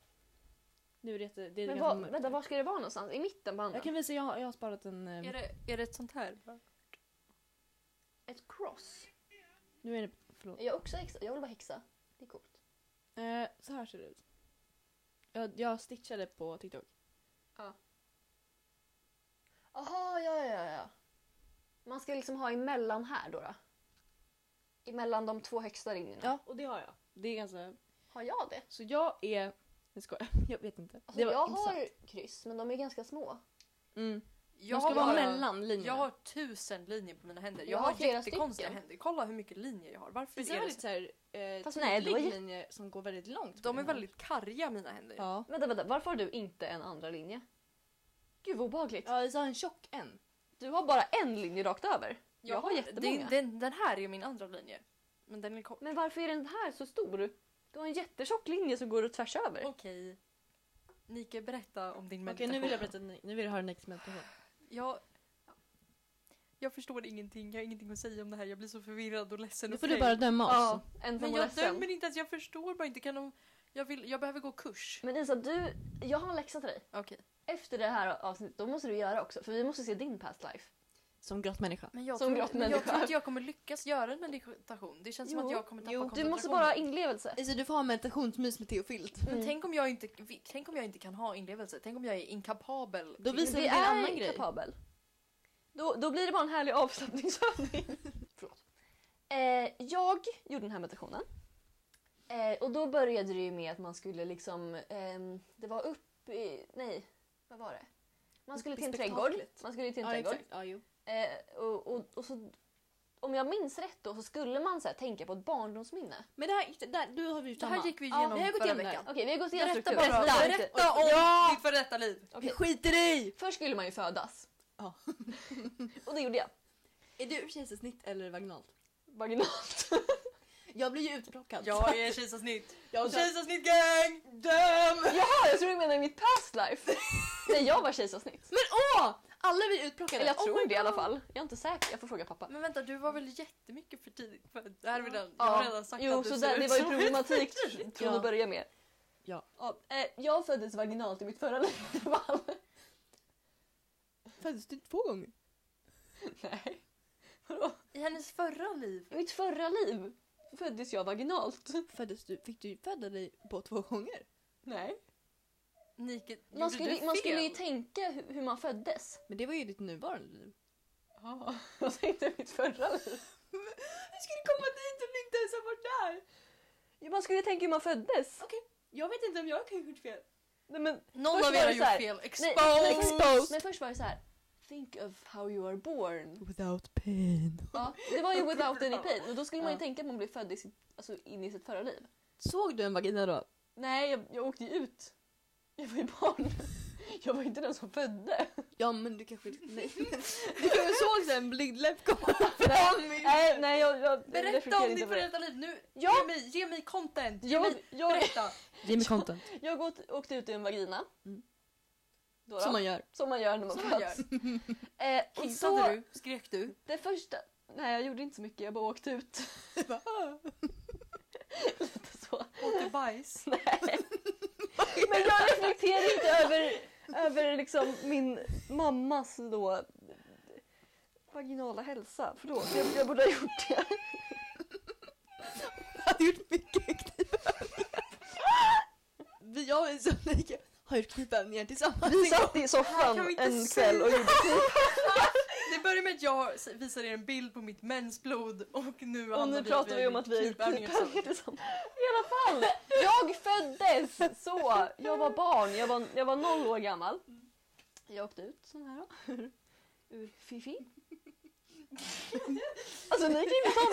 Nu är det jätte... Det
Men
är ganska
vad-
mörkt.
vänta, var ska det vara någonstans? I mitten på handen?
Jag kan visa. Jag har, jag har sparat en... eh,
Är det, är det ett sånt här?
Ett cross.
Nu är det... Förlåt.
Är Jag också häxa? Jag vill vara häxa. Det är coolt.
Eh, så här ser det ut. Jag, jag stitchade på TikTok.
Jaha, ja, ja, ja. Man ska liksom ha emellan här då? då. Emellan de två högsta ringarna.
Ja, och det har jag. Det är ganska...
Har jag det?
Så jag är... Jag skojar. [LAUGHS] Jag vet inte.
Alltså, jag har kryss, men de är ganska små.
Mm.
Jag
Jag ska vara
bara-
mellan linjerna.
Jag har tusen linjer på mina händer. Jag,
Jag har
har,
flera
jättekonstiga
stycken.
händer. Kolla hur mycket linjer jag har. Varför
Vissa
är
är
det
väldigt
så?
såhär... Eh,
Fast nej, det var
tydlig
ju-
linje som går väldigt långt. på
De är
den här.
väldigt karga mina händer.
Ja.
Vänta, vänta, varför har du inte en andra linje? Gud vad obehagligt.
Ja, så har en tjock en.
Du har bara en linje rakt över. Jag, har jättemånga.
Den, den, den här är min andra linje. Men den är kort.
Men varför är den här så stor? Du har en jättetjock linje som går tvärs över.
Okej. Nike, berätta om din
Okej,
meditation.
nu vill jag berätta. Nu vill jag höra Nick's meditation.
Jag, jag förstår ingenting. Jag har ingenting att säga om det här. Jag blir så förvirrad och ledsen.
Nu
och
får du
fräck.
bara döma oss.
ja, ensam
Men
och
jag
ledsen.
dömer inte ens. Jag förstår bara inte. Kan de, jag, vill, jag behöver gå kurs.
Men Isa, du, jag har en läxa till dig.
Okej.
Efter det här avsnittet, då måste du göra också. För vi måste se din past life.
Som grottmänniska.
Men jag,
Som
tror,
glatt
men jag
människa.
tror inte jag kommer lyckas göra en meditation. Det känns som
Jo,
att jag kommer tappa
Du måste
koncentrationen.
bara ha inlevelse.
Alltså, du får ha meditationsmys med Teofilt.
Mm.
Men tänk om, jag inte, vi- tänk om jag inte kan ha inlevelse. Tänk om jag är inkapabel.
Då
till-
Men
visar
det
vi en
är
annan grej. [LAUGHS]
kapabel. Då, då blir det bara en härlig avslappningsövning. Förlåt. Eh, jag gjorde den här meditationen. Eh, och då började det ju med att man skulle liksom... ehm, det var upp i... Nej, vad var det? Man skulle
Upp i
till en trädgård.
spektaklet.
Man skulle till en
Ja,
trädgård.
exakt. Ja, jo.
Eh, och, och, och så, om jag minns rätt då så skulle man så här, tänka på ett barndomsminne.
Men det här, det där, du har vi gjort
Det här
samma.
gick vi
Ja,
igenom
vi har gått
förra
igenom det.
veckan.
Okej, vi har gått igenom
Berätta
struktur.
bara.
Berätta.
Berätta om
Ja!
ditt före detta liv.
Okej.
skiter i!
Först skulle man ju födas.
Ja.
[LAUGHS] och det gjorde jag.
Är du kejsarsnitt eller vaginalt?
[LAUGHS] Vaginalt.
Jag blir ju utplockad.
Jag är kejsarsnitt.
Jag tror-
Kejsarsnitt gang! Döm!
Jaha, jag tror du menar i mitt past [LAUGHS] life. När jag var kejsarsnitt.
Men åh! Alla vi är utplockade.
Eller jag
Oh
tror
my
det i alla
God.
fall. Jag är inte säker, jag får fråga pappa.
Men vänta, du var väl jättemycket för tidigt född? Det här är väl den. Jag
Ja.
har redan sagt
Jo,
att du
så
ser
där, det
ut
var ju
som-
problematik från
Ja.
att börja med.
Ja.
eh, jag föddes vaginalt i mitt förra liv i alla fall.
Oh Föddes du två gånger?
[LAUGHS] Nej. Vadå?
I hennes förra liv.
I mitt förra liv föddes jag vaginalt.
Föddes du, fick du föda dig på två gånger?
Nej.
Nike,
Man skulle, man skulle ju
tänka...
tänka hu- hur man föddes.
Men det var ju ditt nuvarande liv.
Ja, jag tänkte mitt förra liv.
Vi skulle komma dit och inte ens ha varit där!
Ja, Man skulle tänka hur man föddes.
Jag vet inte om jag kan ha gjort fel.
Nej, men
Någon
Först
av
var
er har
det så här,
gjort fel.
Nej,
Exposed!
men- Men, men först var det så här. Think of how you are born.
Without pain.
Ja, det var ju without any pain. Och då skulle man ju
Ja.
tänka att man blev född i sitt, alltså, in i sitt förra liv.
Såg du en vagina då?
Nej, jag, jag åkte ju ut. Jag var ju barn. Jag var inte den som födde.
Ja men du [LAUGHS] kanske... Nej. Du kanske såg så här en blygdläpp komma [LAUGHS] fram i-
Nej, nej jag, jag, jag
Berätta
reflekterar
om ditt
över
före
det.
detta liv nu.
Ja.
Ge, mig, ge mig content. Ge
Jag,
mig,
jag,
berätta.
Ge mig content.
jag åkte, åkte ut i en vagina.
Mm.
Då då.
Som man [LAUGHS] gör.
Som man gör när man
Som
[LAUGHS]
man gör.
föds. Eh, och
Kissade
då,
du? Skrek du?
det första... Nej, jag gjorde inte så mycket. Jag bara åkte ut. [LAUGHS] Lite
[LAUGHS]
så.
Åt du bajs?
Nej. Men jag reflekterar inte över, över liksom min mammas då vaginala hälsa. Förlåt, jag, jag borde ha gjort
[LAUGHS]
det.
Jag [LAUGHS] hade gjort mycket knipövningar. Jag och Sannike har gjort knipövningar tillsammans.
Vi satt i
Här
soffan
kan vi inte
en
säga.
kväll och gjorde
Det började med att jag visar er en bild på mitt mensblod och nu
Och nu pratar vi om att vi är
knipövningar tillsammans.
knipövningar
[LAUGHS]
tillsammans. I alla fall, jag föddes så. Jag var barn, jag var, jag var noll år gammal. Jag åkte ut sån här då. [LAUGHS] ur- Ur Fifi. Alltså ni kan ju inte ta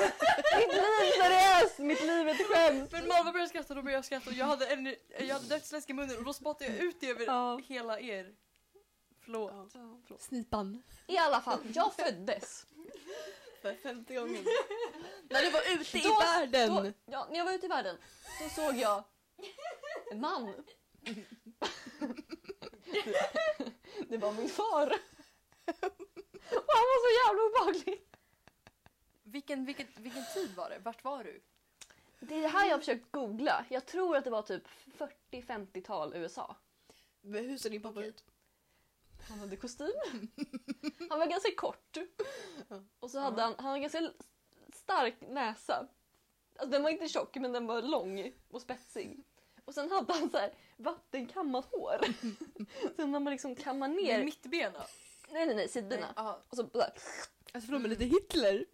mitt liv seriöst, mitt liv är ett skämt.
Men Malva började skratta, då började jag skratta och jag hade, en, jag hade dödsläsk i munnen och då spottade jag ut det över
Ja.
hela er. Förlåt.
Snipan.
I alla fall, jag föddes.
För femte gången. När du var ute
Då-
världen.
Då, ja, när jag var ute i världen så såg jag en man. Det var min far. Och han var så jävla obehaglig.
Vilken, vilken, vilken tid var det? Vart var du?
Det är det här jag har försökt googla. Jag tror att det var typ 40-50-tal USA.
Men hur ser din pappa ut?
Han hade kostym. [LAUGHS] Han var ganska kort. Och så hade han, han hade ganska l- stark näsa. Alltså den var inte tjock men den var lång och spetsig. Och sen hade han så här vattenkammat [LAUGHS] hår. Sen när man liksom kammar
Med
ner...
mittbena?
Nej nej nej, sidorna.
Ja.
Och så bara,
Alltså förlåt men lite Hitler.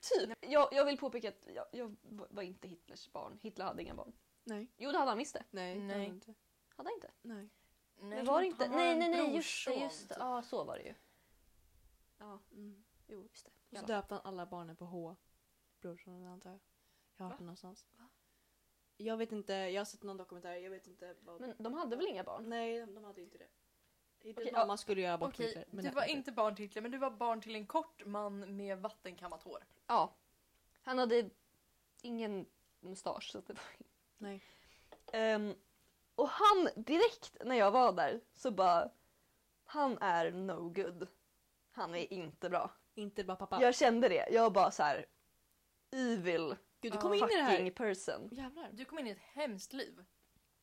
typ. Jag, jag vill påpeka att jag, jag var inte Hitlers barn. Hitler hade inga barn.
Nej.
Jo det hade han visst det.
Nej.
Nej.
Nej. Inte.
Hade han inte?
Nej.
Nej,
Det var det inte.
han har
Nej
en
nej nej
brorson,
just det. Just det.
typ.
Ja så var det ju. Ja,
Mm.
jo just det. I
Och så
alla
döpte han alla barnen på H. Brorson antar jag. Jag har hört det någonstans. Jag vet inte, jag har sett någon dokumentär, jag vet inte vad...
fall. Men de hade väl inga barn?
Nej, de de hade inte det. Inte
Okej,
mamma skulle göra abort på
Okej,
Hitler. men
du
nej.
var inte barn till Hitler men du var barn till en kort man med vattenkammat hår.
Ja. Han hade ingen mustasch. Så att det var...
Nej.
Ehm, och han, direkt när jag var där så bara... Han är no good. Han är inte bra.
Inte bara pappa.
Jag kände det. Jag bara så här... Evil
Gud du
Ja,
kom in i det här.
fucking person.
Jävlar.
Du kom in i ett hemskt liv.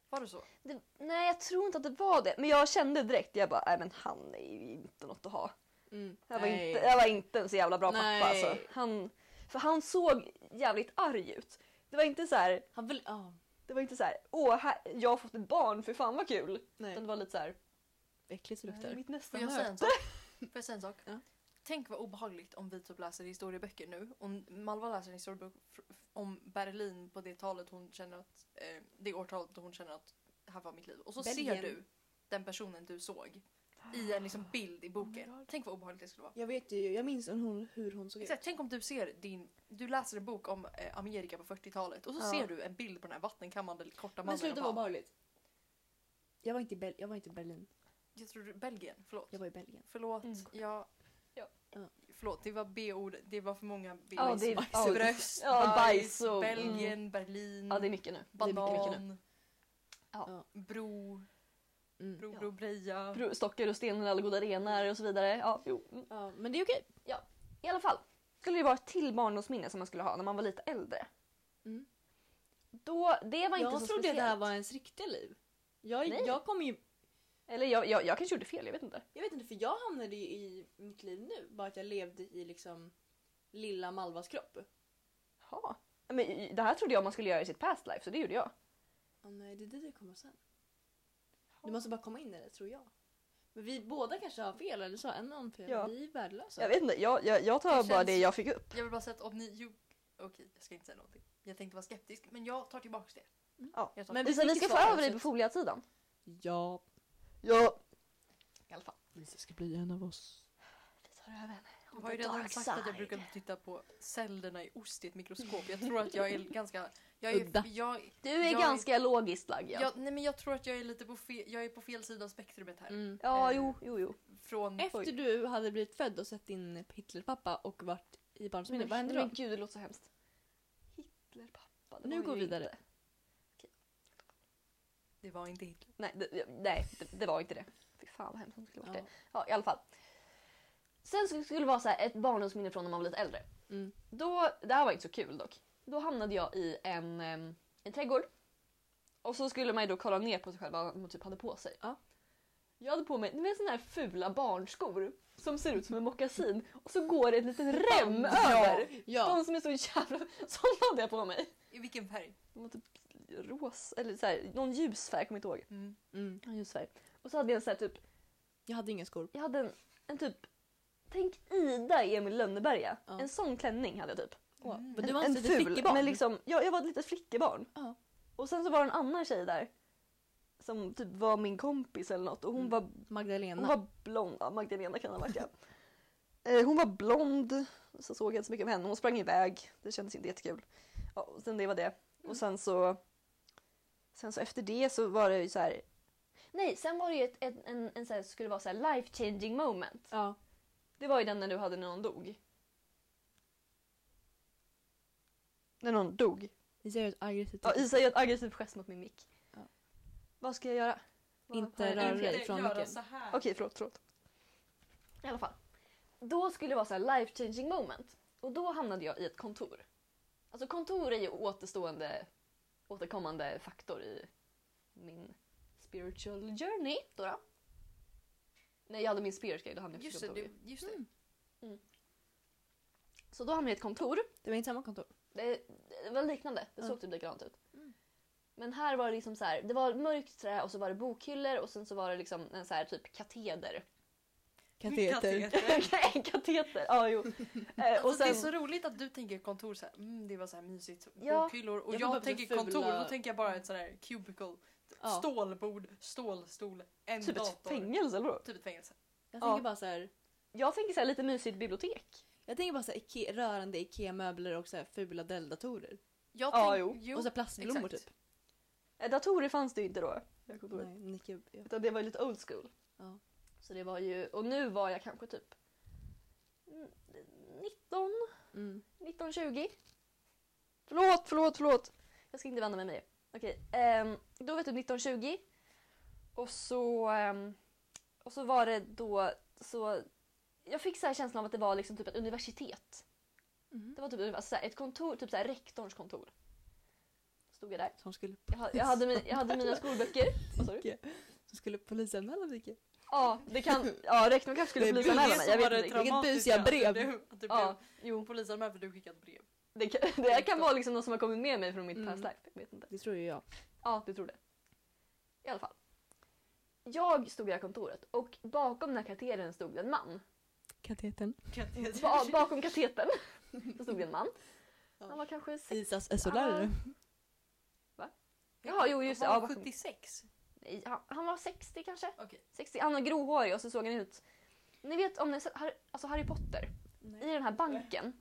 Var det så?
Det, nej, jag tror inte att det var det. Men jag kände direkt, jag bara, nej men han är ju inte något att ha.
Mm.
Jag var,
Nej.
inte, jag var inte en så jävla bra
Nej.
pappa alltså. Han, för han såg jävligt arg ut. Det var inte så här...
Han vill... ja.
Det var inte så här, åh, här, jag har fått ett barn, för fan vad kul.
Nej.
Utan det var lite så här,
Äckligt
det är
luktar.
mitt nästa
[LAUGHS]
Får jag säga en
möte.
sak? Får jag säga en sak?
Ja.
Tänk vad obehagligt om vi typ läser historieböcker nu. Om Malva läser en historiebok fr- om Berlin på det talet hon känner att, eh, det årtalet då hon känner att här var mitt liv. Och så
Belgien.
ser du den personen du såg i en
Ah.
liksom bild i boken.
Oh
Tänk vad obehagligt det skulle vara.
Jag vet ju, jag minns hon, hur hon såg ut.
Exakt, tänk om du ser din, du läser en bok om eh, Amerika på 40-talet och så
Ja.
ser du en bild på den här vattenkammande korta mannen.
Men sluta
och
vara
bara,
obehagligt. Jag var inte i Bel- jag var inte i Berlin.
Jag tror du- Belgien, förlåt.
Jag var i Belgien.
Förlåt,
Mm.
jag...
Ja.
Ja.
Förlåt, det var B-ord. Det var för många B.
Ja, det är-
Bajs,
ja, det-
bröst,
ja,
bajs,
bajs och- mm.
Belgien, Berlin,
Ja, det är mycket nu. Det är mycket, mycket nu.
banan,
Ja.
Ja.
bro,
Mm.
bro,
Ja.
bro, breja.
Bro- Stockar och stenar, alla goda renar och så vidare. Ja, jo. Mm.
Ja, men det är okej.
I alla fall. Skulle det vara ett till barndomsminne som man skulle ha när man var lite äldre.
Mm.
Då, det var inte
Jag
så
trodde att
speciellt.
det här var ens riktiga liv. Jag,
Nej.
jag kommer ju...
Eller jag, jag, jag kanske gjorde fel, jag vet inte.
Jag vet inte, för jag hamnade ju i mitt liv nu. Bara att jag levde i liksom lilla Malvas kropp.
Jaha. Men i- det här trodde jag man skulle göra i sitt past life, så det gjorde jag.
Ja, nej, det är det det kommer sen. Du måste bara komma in i det, tror jag. Men vi båda kanske har fel, eller så har en annan fel.
Ja.
Vi är värdelösa.
Jag vet inte, jag, jag, jag tar
Det
bara
känns-
det jag fick upp.
Jag vill bara säga att om ni... Jo, okej, jag ska inte säga någonting. Jag tänkte vara skeptisk, men jag tar tillbaka det.
Ja.
Jag tar
Men
men
Vi, vi
fick
ska
ju
få
svara,
över
så
dig på
att-
foliatiden.
Ja.
Ja,
I alla fall.
Lisa ska bli en av oss.
Vi tar över henne.
jag har ju redan sagt att jag brukar titta på cellerna i ost i ett mikroskop. Jag tror att jag är ganska... Jag
Udda.
är, jag,
Du är
Jag-
ganska logiskt lagd. Ja,
jag, nej men jag tror att jag är lite på fel, jag är på fel sida av spektrumet här.
Mm.
ja
Eh,
jo, jo, jo.
Från...
Efter du hade blivit född och sett din Hitlerpappa och varit i barndomsminne, vad hände
Mm. Men
då?
gud, det låter så hemskt. Hitlerpappa. det
Nu
var
går
ju
vi vidare.
inte-
Det var inte Hitler.
Nej, det, nej det, det var inte det. Fy fan vad hemskt om det skulle varit
Ja.
det. Ja, i alla fall. Sen så skulle det vara så här, ett barndomsminne från när man var lite äldre.
Mm.
Då, det här var inte så kul dock. Då hamnade jag i en, em, en trädgård. Och så skulle man ju då kolla ner på sig själv vad man typ hade på sig.
Ja.
Jag hade på mig ni vet, såna här fula barnskor som ser ut som en mockasin och så går det ett litet rem över.
Ja.
De som är så jävla... [LAUGHS] Såna hade jag på mig.
I vilken färg?
De var typ ros eller så här, någon ljusfärg, jag kommer inte ihåg.
Mm.
Mm.
Ja, ljusfärg. Och så hade jag en så här typ,
Jag hade inga skor.
jag hade en, en typ, tänk Ida i Emil i Lönneberga.
Ja.
En sån klänning hade jag typ.
Åh,
Mm.
Men du
En-
var
en
inte lite flickebarn.
men liksom, ja, jag var ett litet flickebarn.
Ja.
Och sen så var det en annan tjej där som typ var min kompis eller något och hon
Mm.
var,
Magdalena.
hon var blond. Ja, Magdalena kan det ha varit ja. [LAUGHS] Eh, Hon var blond, så såg jag inte så mycket av henne. Hon sprang iväg, det kändes inte jättekul. Ja, och sen det var det. Och sen så, sen så efter det så var det ju så här. Nej, sen var det ju ett, ett, en, en så här, skulle vara så här life changing moment.
Ja.
Det var ju den när du hade när någon dog. När någon dog?
Isa gör ett aggressivt
Ja,
tecken.
Isa gör ett aggressivt gest mot min mick.
Ja.
Vad ska jag göra? Vad
Inte
har jag-
rör
Okej.
dig från
göra
micken.
så här.
Okej, förlåt, förlåt. I alla fall. Då skulle det vara så här life changing moment. Och då hamnade jag i ett kontor. Alltså kontor är ju återstående, återkommande faktor i min spiritual journey. Då då. När jag hade min spirit guide då hamnade jag
Just
på
det,
kontor.
du, just det.
Mm.
Så då hamnade jag i ett kontor.
Det var inte samma kontor.
Det, det var liknande. Det
Ja.
såg typ likadant ut.
Mm.
Men här var det liksom så här, det var mörkt trä och så var det bokhyllor och sen så var det liksom en så här typ kateder.
Kateter.
Kateter.
en kateter, ja jo. Eh, [LAUGHS] och
Alltså, det är
sen,
så roligt att du tänker kontor så här, mm, det var så här mysigt,
Ja.
bokhyllor och
Jag
jag,
får bara
tänker
fula-
kontor, då tänker jag bara ett sån här cubicle,
Ja.
stålbord, stålstol, en
typ ett
dator.
fängelse eller vadå?
Typ ett fängelse.
Jag
Ja.
tänker bara så här.
Jag tänker så här lite mysigt bibliotek.
Jag tänker bara så här, Ikea, rörande IKEA-möbler och så här, fula Dell-datorer.
Jag
Ja,
tänk-
jo.
jo.
Och så här, plastblommor
exakt.
typ.
Eh, Datorer fanns det ju inte då. Jag kommer inte ihåg.
Nej, Nicke, ja.
Utan det var ju lite old school.
Ja.
Så det var ju, och nu var jag kanske typ mm, 19
Mm.
1920. Förlåt, förlåt, förlåt. Jag ska inte vända mig med det. Okej, ehm, då vet du 1920. Och så, ehm, och så var det då så. Jag fick så här känslan av att det var liksom typ ett universitet.
Mhm.
Det var typ alltså så här ett kontor, typ så här rektorns kontor. Stod jag där.
Som skulle,
Jag, ha- jag, hade, min, jag hade mina skolböcker. Vad sa du?
som skulle polisanmäla Nicke.
Ja, det kan, ja rektorn kanske skulle polisanmäla mig. Jag vet inte. riktigt.
vilket busiga brev.
Ja,
Ja.
jo.
Polisanmäld för du skickade
[LAUGHS]
brev.
Det kan, det här kan vara liksom någon som har kommit med mig från mitt
Mm.
past life. Jag vet inte.
Det tror ju jag.
Ja, du tror det. I alla fall. Jag stod i det här kontoret och bakom den här katedern stod en man.
Kateten.
Ba- bakom katetern så stod en man. Han var kanske sex.
Isas SO-lärare.
Ja, jo just det. Ja,
Var
bakom.
76?
Nej, han- Han var 60 kanske.
Okej.
60. Han var gråhårig och så såg han ut... Ni vet om ni har sett Harry, alltså Harry Potter? I den här banken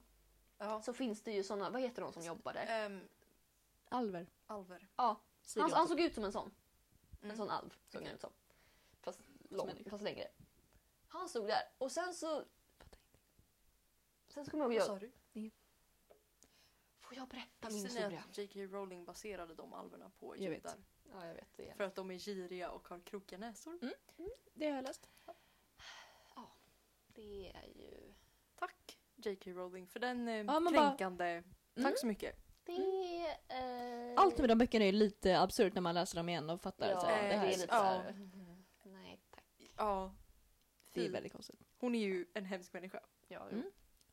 Ja.
så finns det ju såna, vad heter de som jobbar där?
Ehm,
Alver.
Alver.
Han,
Sigrid.
han såg ut som en sån.
Mm.
En sån alv såg han ut som. Fast lång, fast längre. Han stod där och sen så... Sen så kommer jag
Vad
ihåg...
sa
Jag,
du?
får jag berätta min
Visste ni
historia?
att J.K. Rowling baserade de alverna på
Jag vet.
judar?
Ja, jag vet. Det är...
För att de är giriga och har krokiga näsor.
Det har jag läst.
Det är ju...
Tack J.K. Rowling för den eh,
Ja, man bara-
kränkande... Tack så mycket.
Det
Mm.
är...
Allt med de böckerna är lite absurt när man läser dem igen och fattar.
Ja,
så
det
här, det,
är
här,
lite
Eh, ja.
såhär... Nej, tack.
Ja.
det är
typ.
fy.
väldigt konstigt.
Hon är ju en hemsk människa.
Ja,
Mm.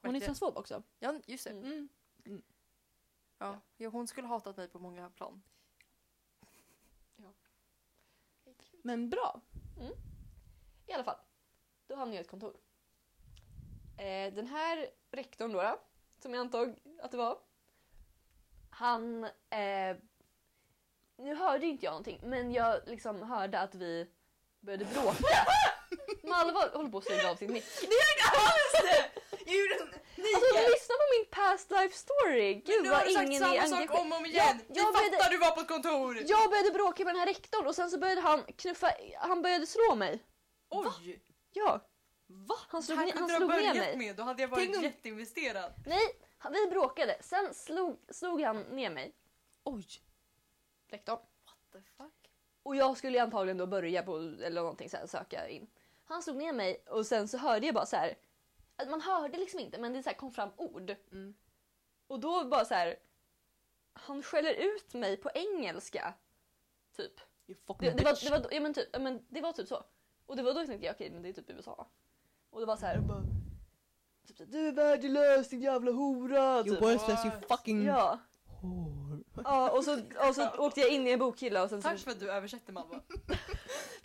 Hon är
Verkligen.
transfob också.
Ja, just det.
Mm.
Ja. Ja, hon skulle hatat mig på många plan. Mm.
Men bra.
I alla fall, då hamnade jag i ett kontor. Eh, den här rektorn då, då, som jag antog att det var. Han... Eh, nu hörde inte jag någonting, men jag liksom hörde att vi började
[LAUGHS]
bråka. Malva håller på att stänga av sin mick. Alltså lyssna på min past life story! Gud
nu har
vad
du sagt
ingen är
samma
engagerad.
sak om och om igen!
Ja,
Vi
jag
fattar
började-
du var på ett kontor!
Jag började bråka med den här rektorn och sen så började han knuffa, han började slå mig.
Oj!
Ja.
Va?
Han
Det
slog,
här
ner, han
kunde du ha
slog ner
börjat
mig.
med, då hade jag varit
Tänk om-
jätteinvesterad.
Nej, han- vi bråkade. Sen slog, slog han ner mig,
Oj.
rektorn.
What the fuck?
Och jag skulle ju antagligen då börja på, eller någonting så här, söka in. Han slog ner mig och sen så hörde jag bara så här. Att man hörde liksom inte men det så här kom fram ord.
Mm.
Och då bara så här. Han skäller ut mig på engelska. Typ.
You fucking
Det, det, var,
bitch.
det, var, ja, men typ, ja, men det var typ så. Och det var då jag tänkte jag okej men det är typ USA. Och det var så här. Bara, typ, så här, du är värdelös din jävla hora.
You
Typ.
worthless you
Mm.
fucking
Ja.
whore.
Ja, och så, och så åkte jag in i en bokhylla och sen så,
Tack för att du översätter Malva.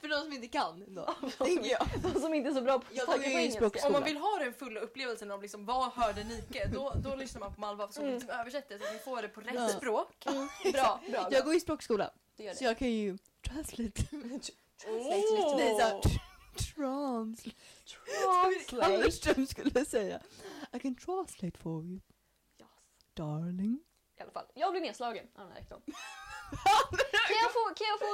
För de som inte kan. Då.
[LAUGHS] tänker de som inte är så bra på
Jag
saker
går ju
på
i
engelska.
språkskola.
Om man vill ha den fulla upplevelsen av liksom, vad hörde Nike, då, då lyssnar man på Malva som liksom översätter så att vi får det på rätt
Ja.
språk.
Bra, bra.
Jag går i språkskola.
Du gör det.
Så jag kan ju
[LAUGHS]
translate.
Åh!
Nej, så här, translate. Anderström skulle säga. I can translate for you,
Yes.
darling.
I alla fall. Jag blev nedslagen av den här rektorn. kan jag få, kan jag få,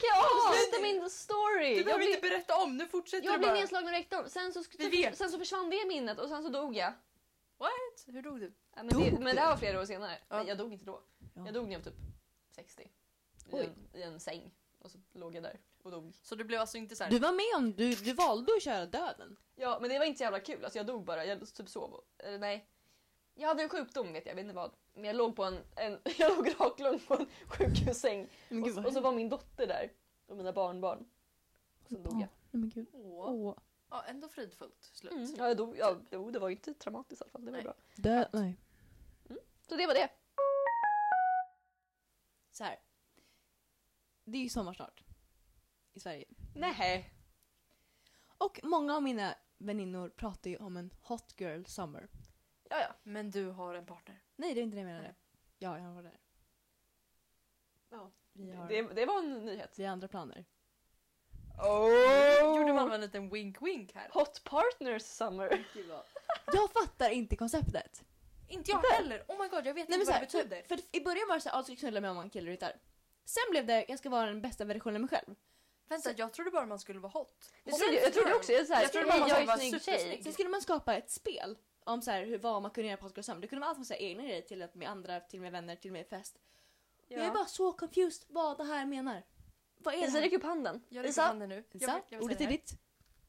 kan jag avsluta min story?
Du
Jag
behöver
blev,
inte berätta om, nu fortsätter
jag
du
blev
bara.
nedslagen av rektorn, sen så,
Vi vet.
sen så försvann det minnet och sen så dog jag.
Hur dog du?
Ja, men, det,
Dog
men det
du?
här var flera år senare.
Ja.
Men jag dog inte då.
Ja.
Jag dog när jag var typ 60. I
Oj.
en, I en säng. Och så låg jag där och dog.
Så du blev alltså inte så här.
Du var med om, du, du valde att köra döden.
Ja, men det var inte så jävla kul. Alltså jag dog bara. Jag typ sov. och- Eller nej. Jag hade en sjukdom vet jag, jag vet inte vad. Men jag låg på en, en [LAUGHS] jag låg raklång på en sjukhussäng.
Men
Och, och så var min dotter där. Och mina barnbarn. Och sen dog jag.
Nej men gud.
Åh.
Åh.
Ja, ändå fridfullt slut.
Mm. Ja, jag dog, ja, jo, det var ju inte traumatiskt i alla fall. Det var
Ah, Nej.
bra.
Dö- nej.
Så det var det.
Så här. Det är ju sommar snart. I Sverige.
Nej.
Och många av mina väninnor pratar ju om en hot girl summer.
Ja, ja.
Men du har en partner.
Nej, det är inte det jag menade. Ja, jag var där.
Ja.
Vi har,
Det, det var en nyhet.
vi har andra planer.
Oh. Gjorde man en liten wink-wink här?
Hot Partners Summer.
Jag fattar inte konceptet.
Inte jag
Inte?
heller! Oh my god, jag vet
Nej, men
inte
så
vad det
här,
betyder.
för, för i början var det såhär, jag ska knulla med om man killar utar. Sen blev det, jag ska vara den bästa versionen av mig själv.
Vänta, jag trodde bara man skulle vara hot.
Det trodde, jag- jag trodde också. Jag, är så här,
Jag trodde bara man
jag är
var
snygg
supersnygg.
tjej.
Sen skulle man skapa ett spel om så här, hur, vad man kunde göra på Oscar Sam. Det kunde vara allt från så här, egna grejer till att med andra, till med vänner, till med fest. Jag är
Ja.
bara så confused vad det här menar. Vad är det
Isa, räck
här?
upp handen.
Jag räcker upp
Isa,
handen nu. Jag,
Isa,
vill- jag, vill
ordet
säga
är
det här.
ditt.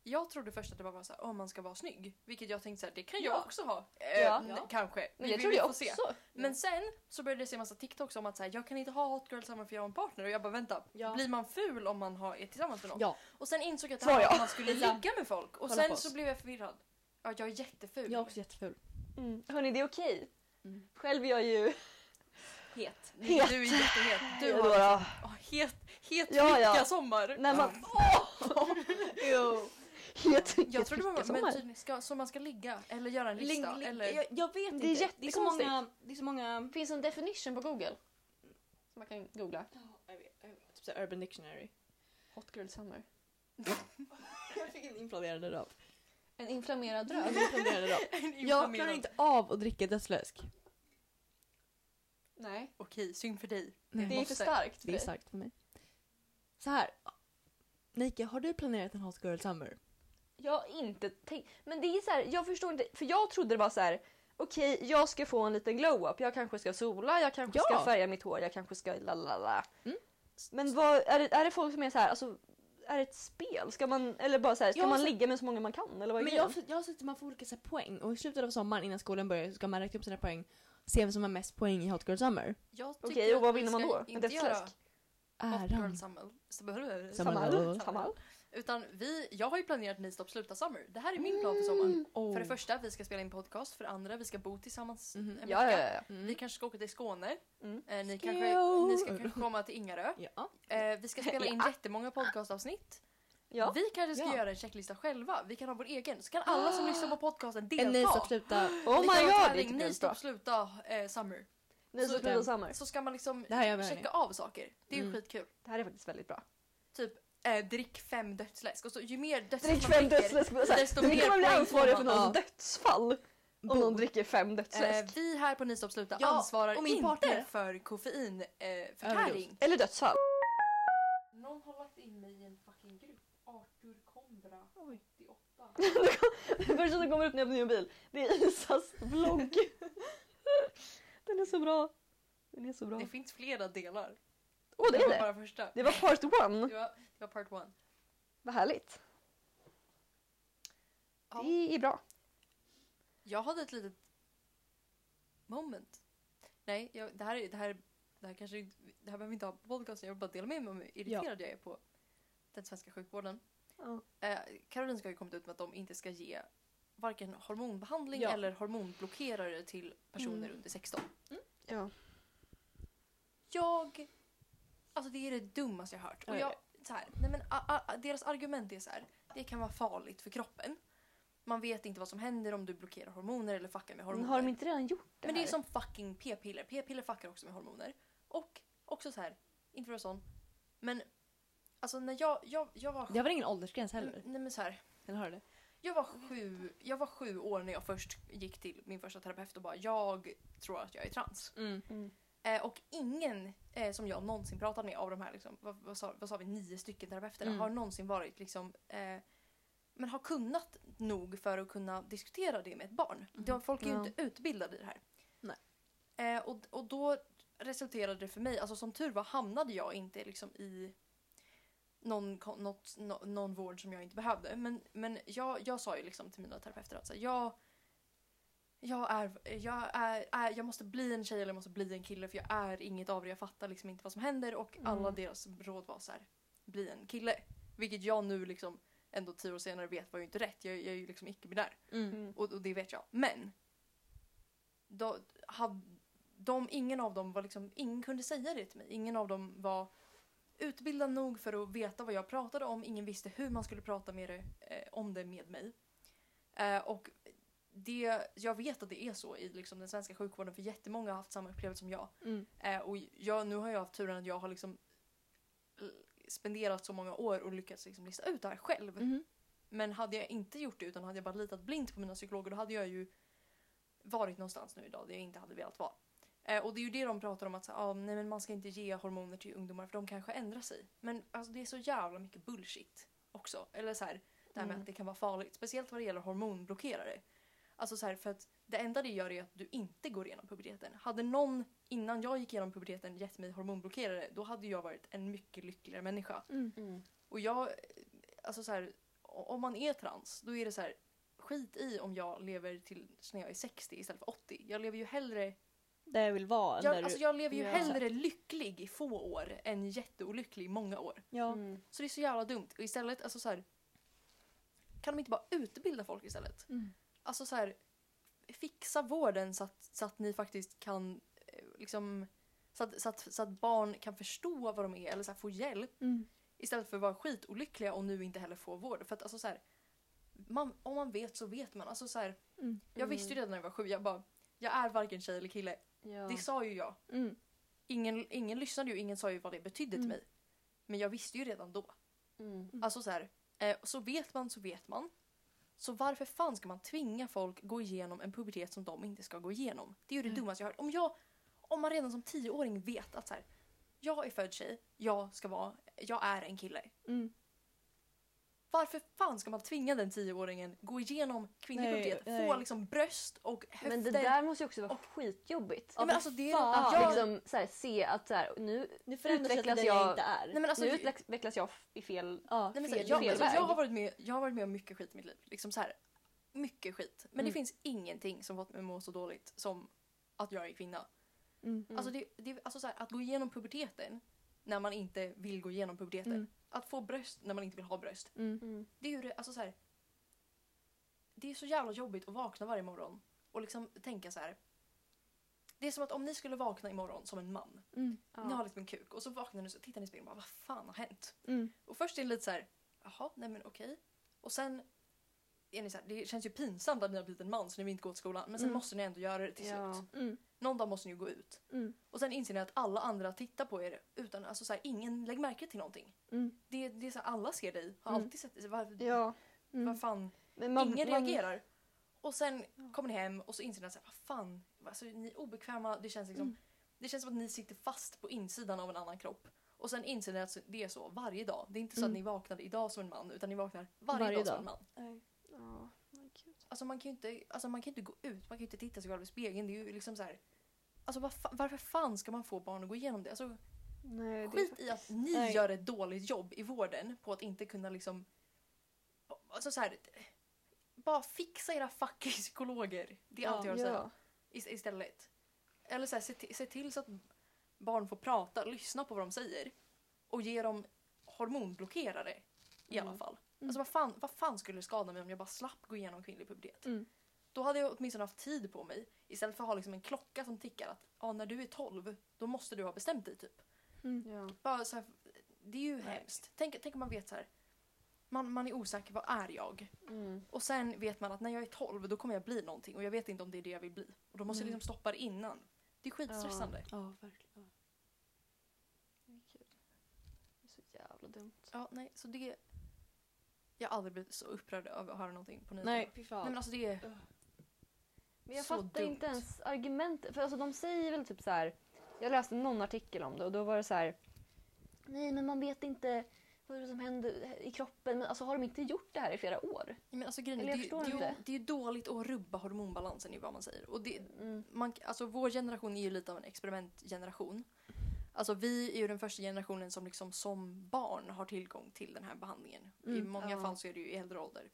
jag trodde först att det bara var så här, om man ska vara snygg. Vilket jag tänkte så här, det kan jag
Ja.
också ha. Eh,
Ja.
n-
Ja.
Kanske.
Men
Vi-
det
vi-
tror
vi
jag
får se.
också.
Men sen så började jag se massa TikToks om att så här, jag kan inte ha hot girl samma för jag har en partner. Och jag bara vänta,
Ja.
blir man ful om man har, är tillsammans med någon?
Ja.
Och sen insåg jag att det
Svar
här var
ja.
att man skulle
Lisa,
ligga med folk. Och
kolla på
sen
oss.
så blev jag förvirrad. Ja, jag är jätteful.
Jag är också jätteful.
Mm. Hörni, det är okej.
Mm.
Själv är jag ju...
Het.
Du är jättehet. Du har
Ja,
oh, het, het
Ja, ja.
flicka sommar.
när man...
Jo.
Helt enkelt
Jag tror det var men
typ-
fickasommar.
tydligen ska, så man ska ligga eller göra en lista.
Ling- ling-
eller, [LAUGHS]
jag, jag vet
Det är
inte. Det är så
jättekonstigt.
många... Det är så många...
Det finns en definition på Google. Som man kan googla.
jag vet, jag vet. Typ såhär Urban Dictionary.
Hot girl summer.
Jag fick en inflammerad röv.
En inflammerad
En [LAUGHS]
röv?
inflammerad röv.
[LAUGHS] en
Jag klarar
inflammerad-
inte av att dricka dödsläsk.
Nej.
Okej, synd för dig.
Nej.
Det är för
Måste.
starkt.
Det är starkt för mig. Så här. Nike, har du planerat en Hot Girl Summer?
Jag har inte tänkt. Men det är så här, jag förstår inte. För jag trodde det var så här. Okej, jag ska få en liten glow-up. Jag kanske ska sola, jag kanske
Ja.
ska färga mitt hår, jag kanske ska la la la.
Mm.
Men vad, är, det, är det folk som är så här, alltså, är det ett spel? Ska man, eller bara så här, ska
Jag har
man
sett-
ligga med så många man kan? Eller vad är
Men
grejen?
jag, har- jag har sett att man får olika så här, poäng och i slutet av sommaren innan skolan börjar så ska man räkna upp sina poäng. Se vem som har mest poäng i Hot Girl Summer.
Jag tycker
Okej, och vad
att vi
vinner man
ska
då? En
Inte göra
dödsfläsk?
Hot Girl
Äran.
Summer. Så behöver vi-
Summer.
Summer.
Samhall?
Utan vi, jag har ju planerat Nistop sluta sommar. Det här är min plan för sommaren.
Oh.
För det första, vi ska spela in podcast. För det andra, vi ska bo tillsammans
Mhm.
en
Mm-hmm. Ja, ja,
vecka.
ja, ja.
Vi kanske ska åka till Skåne.
Mm.
Eh, ni,
Skål.
kanske, ni ska kanske komma till Ingarö.
Ja.
Eh, vi ska spela in jättemånga podcastavsnitt.
Ja. Ah.
Vi kanske ska
Ja.
göra en checklista själva. Vi kan ha vår egen. Så kan alla som lyssnar på podcasten delta.
En Nistop
[GASPS]
sluta.
Oh
Vi kan ha en
my
tävling,
god!
Nistop sluta eh, summer.
Ni som
Så-
spelar Summer.
Så ska man liksom
Det här gör vi, hörni.
checka av saker. Det är ju
Mm.
skitkul.
Det här är faktiskt väldigt bra.
Typ eh, drick fem dödsläsk. Och så ju mer dödsläsk
Drick fem
man dricker,
dödsläsk. så här,
desto
Ni
mer
kommer bli
poäng får
ansvariga för
man.
någons
Ja.
dödsfall om någon dricker fem
Eh,
dödsläsk.
vi här på Nystop Sluta
Ja,
ansvarar
och min
inte
partner.
för eh, koffeinförtäring.
Eller dödsfall. [LAUGHS]
Någon har lagt in mig i en fucking grupp. Arthur Kondra 88.
Det första som kommer upp när jag får ny bil det är Isas vlogg. [LAUGHS] Den är så bra. Den är så bra.
Det finns flera delar.
Åh Oh, det är
var
det!
bara första.
Det var part one.
Det var, det var part one.
Vad härligt.
Ja.
Det är bra.
Jag hade ett litet moment. Nej, jag, det, här, är- det, här, det här kanske inte- det här behöver vi inte ha på podcasten. Jag vill bara dela med mig om hur irriterad jag är på den svenska sjukvården.
Ja.
Eh, Karolinska har ju kommit ut med att de inte ska ge varken hormonbehandling
Ja.
eller hormonblockerare till personer under 16.
Mm. Ja.
Jag... Alltså det är det dummaste jag har hört. Och
Oj.
jag, så här, nej men, a, a, a, deras argument är så här. Det kan vara farligt för kroppen. Man vet inte vad som händer om du blockerar hormoner eller fuckar
Men
med hormoner.
har de inte redan gjort det
Men det är
här?
som fucking p-piller. P-piller fuckar också med hormoner. Och också så här, inte för att vara sån. Men alltså när jag, jag, jag var...
Det har väl ingen åldersgräns heller?
nej men så här,
Eller har det?
jag var, sju, jag var sju år när jag först gick till min första terapeut och bara jag tror att jag är trans.
Mm.
Eh, och ingen eh, som jag någonsin pratat med av de här, liksom, vad, vad, sa, vad sa vi, nio stycken terapeuterna
Mm.
har någonsin varit liksom eh, men har kunnat nog för att kunna diskutera det med ett barn. De, folk är ju
Ja.
inte utbildade i det här.
Mm. Nej.
Eh, och, och då resulterade det för mig, alltså som tur var hamnade jag inte liksom i någon, kon- något, nå- någon vård som jag inte behövde. Men, men jag, jag sa ju liksom till mina terapeuter att så här, jag, jag, är, jag, är, är, jag måste bli en tjej eller jag måste bli en kille för jag är inget av det. Jag fattar liksom inte vad som händer och alla deras råd var så här, bli en kille. Vilket jag nu liksom ändå tio år senare vet var ju inte rätt. Jag, jag är ju liksom icke-binär.
Mm.
Och, och det vet jag. Men. Då, hade, de, ingen av dem var liksom, ingen kunde säga det till mig. Ingen av dem var utbildad nog för att veta vad jag pratade om. Ingen visste hur man skulle prata med det, eh, om det med mig. Eh, och det, jag vet att det är så i liksom, den svenska sjukvården för jättemånga har haft samma upplevelse som jag.
Mm.
Eh, och jag, nu har jag haft turen att jag har liksom l- spenderat så många år och lyckats liksom lista ut det här själv.
Mhm.
Men hade jag inte gjort det utan hade jag bara litat blint på mina psykologer då hade jag ju varit någonstans nu idag där jag inte hade velat vara. Eh, och det är ju det de pratar om att så, här, ah, nej, men man ska inte ge hormoner till ungdomar för de kanske ändrar sig. Men alltså, det är så jävla mycket bullshit också. Eller så här, det här med att det kan vara farligt. Speciellt vad det gäller hormonblockerare. Alltså så här, för att det enda det gör är att du inte går igenom puberteten. Hade någon innan jag gick igenom puberteten gett mig hormonblockerare då hade jag varit en mycket lyckligare människa.
Mm.
Och jag, eh, alltså så här, o- om man är trans då är det så här skit i om jag lever till när jag är 60 istället för 80. Jag lever ju hellre,
Där jag vill vara. än där
jag, alltså jag lever ju
Ja.
hellre lycklig i få år än jätteolycklig i många år.
du... Ja.
Mm.
Så det är så jävla dumt. Och istället, alltså så här, kan de inte bara utbilda folk istället?
Mm.
Alltså så här, fixa vården så att, så att ni faktiskt kan eh, liksom så att, så, att, så att barn kan förstå vad de är eller så här, få hjälp
Mm.
istället för att vara skitolyckliga och nu inte heller få vård. För att alltså så här, man, om man vet så vet man. Alltså, så här,
Mm.
Jag visste ju redan när jag var sju, jag bara, jag är varken tjej eller kille.
Ja.
Det sa ju jag.
Mm.
Ingen, ingen lyssnade ju, ingen sa ju vad det betydde
Mm.
till mig. Men jag visste ju redan då.
Mm.
Alltså så här, eh, så vet man så vet man. Så varför fan ska man tvinga folk gå igenom en pubertet som de inte ska gå igenom? Det är ju det dummaste jag har hört. Om, jag, om man redan som tioåring vet att så här, jag är född tjej, jag ska vara, jag är en kille.
Mm.
Varför fan ska man tvinga den tioåringen gå igenom kvinnlig
Nej,
pubertet, få
nej.
liksom bröst och höfter?
Men det där måste ju också vara
och-
skitjobbigt.
Ja, men alltså det är...
Att
ja,
liksom så här, se att så här, nu,
Nu förändras jag till
Utvecklas
den jag
jag-
inte är.
Nej men alltså,
nu
ju-
utvecklas jag f- i fel...
ja,
Nej, men så
fel,
här, jag,
fel
alltså,
väg.
jag, har varit med, jag har varit med om mycket skit i mitt liv. Liksom så här, mycket skit. Men det
Mm.
finns ingenting som fått mig att må så dåligt som att jag är kvinna.
Mm.
Alltså, det, det, alltså så här, att gå igenom puberteten när man inte vill gå igenom puberteten.
Mm.
Att få bröst när man inte vill ha bröst.
Mm.
Mm.
Det är ju det, alltså så här, Det är så jävla jobbigt att vakna varje morgon och liksom tänka så här. Det är som att om ni skulle vakna imorgon som en man.
Mm.
Ja.
Ni har liksom en kuk och så vaknar ni och så tittar ni i spegeln och bara vad fan har hänt?
Mm.
Och först är det lite så här, jaha, nej men okej. Och sen är ni så här, det känns ju pinsamt att ni har blivit en man så ni vill inte gå till skolan. Men sen
Mm.
måste ni ändå göra det till
Ja.
slut.
Mm.
Någon dag måste ni ju gå ut.
Mm.
Och sen inser ni att alla andra tittar på er utan, alltså så här, ingen lägger märke till någonting.
Mm.
Det, det är så här, alla ser dig, har
Mm.
alltid sett dig. Varför,
Ja. Mm.
vad fan,
Men
ingen reagerar. Och sen kommer ni hem och så inser ni att så här, vad fan, alltså, ni är obekväma. Det känns,
Mm.
liksom, det känns som att ni sitter fast på insidan av en annan kropp. Och sen inser ni att det är så varje dag. Det är inte så att
Mm.
ni vaknade idag som en man utan ni vaknar varje,
Varje
dag,
dag.
som en man.
Ja. men gud.
Alltså man kan ju inte, alltså, man kan ju inte gå ut, man kan ju inte titta sig själv i spegeln. Det är ju liksom så här, alltså, vad fa- varför fan ska man få barn att gå igenom det? Alltså,
Nej, det är
Skit i att ni
Nej.
gör ett dåligt jobb i vården på att inte kunna liksom... Alltså så här, bara fixa era fucking psykologer. Det är allt jag har att säga. Ist- Istället. Eller så här, se, ti- se till så att barn får prata, lyssna på vad de säger. Och ge dem hormonblockerare i
Mm.
alla fall. Alltså vad fan, vad fan skulle det skada mig om jag bara slapp gå igenom kvinnlig pubertet?
Mm.
Då hade jag åtminstone haft tid på mig istället för att ha liksom en klocka som tickar att ah, när du är 12 då måste du ha bestämt dig typ.
Ja.
Bara så här, det är ju hemskt. Tänk, tänk om man vet så här. Man, man är osäker, vad är jag?
Mm.
Och sen vet man att när jag är 12 då kommer jag bli någonting och jag vet inte om det är det jag vill bli. Och då
Mm.
måste jag liksom stoppa det innan. Det är skitstressande.
Ja, verkligen.
Det är så jävla dumt.
Ja, nej, så det... Jag har aldrig blivit så upprörd över att höra någonting på nyheterna.
Nej, fy
nej men
fan.
alltså det är...
Men jag
Så
fattar
dumt.
inte ens argumentet. För alltså, de säger väl typ så här. Jag läste någon artikel om det och då var det så här. Nej men man vet inte vad det är som händer i kroppen. Men alltså har de inte gjort det här i flera år?
Nej, Men alltså grejen är,
Eller jag
det, är
förstår
ju- det, är ju-
inte.
det är ju dåligt att rubba hormonbalansen i vad man säger. Och det,
Mm.
man, alltså vår generation är ju lite av en experimentgeneration. Alltså vi är ju den första generationen som liksom som barn har tillgång till den här behandlingen. I
Mm,
många
ja.
fall så är det ju i äldre ålder.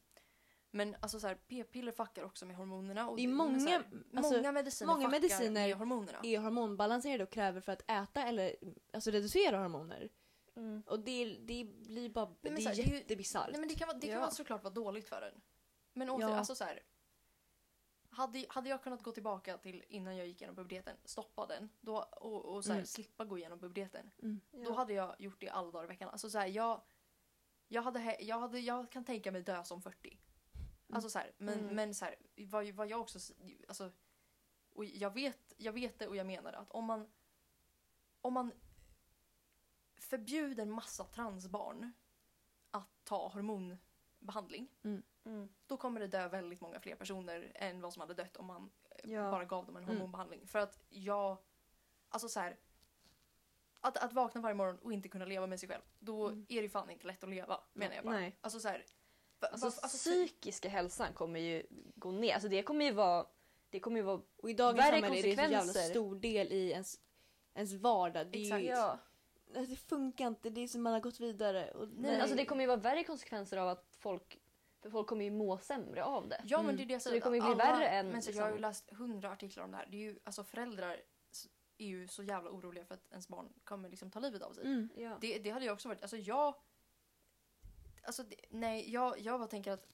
Men alltså så här, p-piller fuckar också med hormonerna. Och
Det är
men
många-
så här,
alltså,
många mediciner
många
fuckar
mediciner
med hormonerna.
Är hormonbalanserade och kräver för att äta eller alltså, reducera hormoner.
Mm.
Och det, det blir bara...
men
det
så
är
här, det är ju-
jättebisarrt.
Nej, men det kan, vara, det kan
Ja.
vara såklart vara dåligt för en. Men åter,
Ja.
alltså så här. Hade, hade jag kunnat gå tillbaka till innan jag gick igenom puberteten, stoppa den då, och, och så här,
Mm.
slippa gå igenom puberteten. Då
Ja.
hade jag gjort det alla dagar i veckan. Alltså så här, jag, jag, hade, he- jag, hade, jag kan tänka mig dö som 40. Alltså så här, men,
Mm.
men så här, vad, vad jag också... s- Alltså, och jag, vet, jag vet det och jag menar det. Att om man, om man förbjuder massa transbarn att ta hormonbehandling
Mm.
då kommer det dö väldigt många fler personer än vad som hade dött om man
Ja.
bara gav dem en
Mm.
hormonbehandling. För att jag... Alltså så här. Att, att vakna varje morgon och inte kunna leva med sig själv, då är det ju fan inte lätt att leva menar jag bara.
Mm. Nej.
Alltså så här, va-
Alltså,
varför- alltså,
psykiska hälsan kommer ju gå ner. Alltså det kommer ju vara... Det kommer ju vara...
Och i dagens
Värre
samhälle är det en så jävla
konsekvenser.
stor del i ens, ens vardag. Det, är ju, alltså,
Exakt.
det funkar inte, det är som man har gått vidare. Och,
Nej.
Men, alltså det kommer ju vara värre konsekvenser av att folk... För folk kommer ju må sämre av det.
Ja men
Mm.
det är det jag
Så
säger.
det kommer ju bli
Alla-
värre än,
Men så, jag har ju
liksom-
läst hundra artiklar om det här. Det är ju, alltså föräldrar s- är ju så jävla oroliga för att ens barn kommer liksom ta livet av sig.
Mm.
Ja.
Det, det hade jag också varit. Alltså jag... Alltså det, nej, jag, jag bara tänker att,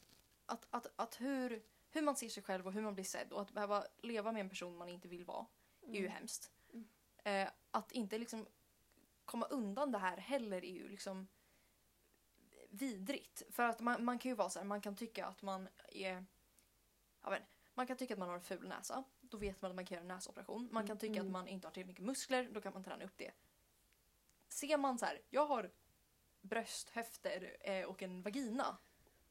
att, att, att hur, hur man ser sig själv och hur man blir sedd och att behöva leva med en person man inte vill vara är
Mm.
ju hemskt. Eh, att inte liksom komma undan det här heller är ju liksom vidrigt. För att man, man kan ju vara så här, man kan tycka att man är... Ja, men, man kan tycka att man har en ful näsa. Då vet man att man kan göra en näsoperation. Man kan tycka att man inte har tillräckligt mycket muskler. Då kan man träna upp det. Ser man så här, jag har bröst, höfter eh, och en vagina.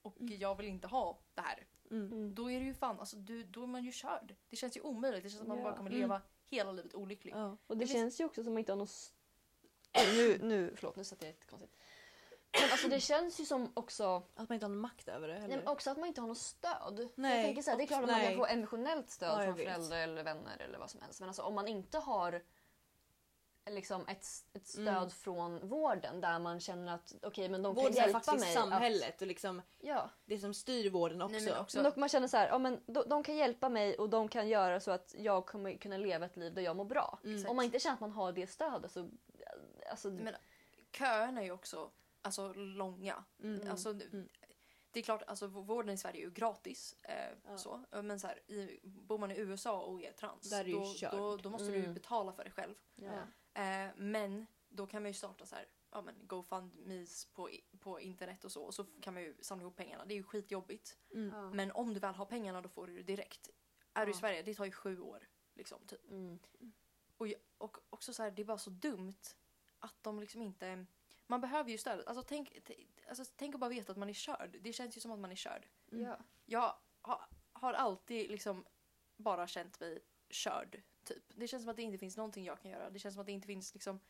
Och jag vill inte ha det här.
Mm.
Då är det ju fan, alltså, du, då är man ju körd. Det känns ju omöjligt. Det känns som att man
Ja.
bara kommer leva
Mm.
hela livet olycklig.
Ja.
Och det
Eller-
känns ju också som att man inte har någon... s- Oj, nu, nu, förlåt, nu satte jag ett konstigt. Men alltså det känns ju som också,
Att man inte har någon makt över det heller.
nej, men också att man inte har något stöd. Nej, jag
Nej,
tänker så här, det är
och-
klart att man kan
nej.
få emotionellt
Ja,
stöd
jag
från
vet.
föräldrar eller vänner eller vad som helst. Men alltså om man inte har liksom ett, ett stöd
Mm.
från vården där man känner att okej men de
Vården
kan
är
hjälpa
faktiskt
mig.
samhället och liksom
Att, ja.
det som styr vården också.
Nej, men också
Men dock man känner så här, ja, men de, de kan hjälpa mig och de kan göra så att jag kommer kunna leva ett liv där jag mår bra.
Mm.
Om man inte känner att man har det stödet så... Alltså,
Men köerna är ju också alltså, långa.
Mm.
Alltså, Det är klart, alltså, vå- vården i Sverige är ju gratis. Eh,
Ja.
så. Eh, Men så här, i, bor man i USA och är trans
Där är det ju
då,
kört.
då, då måste du ju
Mm.
betala för det själv.
Ja.
Eh, men då kan man ju starta så här, ja, men GoFundMes på, i- på internet och så. Och så kan man ju samla ihop pengarna. Det är ju skitjobbigt.
Mm.
Men om du väl har pengarna då får du det direkt. Är du i
Ja.
Sverige, det tar ju sju år. Liksom, typ.
Mm.
Och, jag- och också så här, det är bara så dumt att de liksom inte... Man behöver ju stöd. Alltså tänk, t- alltså, tänk att bara veta att man är körd. Det känns ju som att man är körd.
Mm.
Ja.
Jag har, har alltid liksom bara känt mig körd, typ. Det känns som att det inte finns någonting jag kan göra. Det känns som att det inte finns liksom...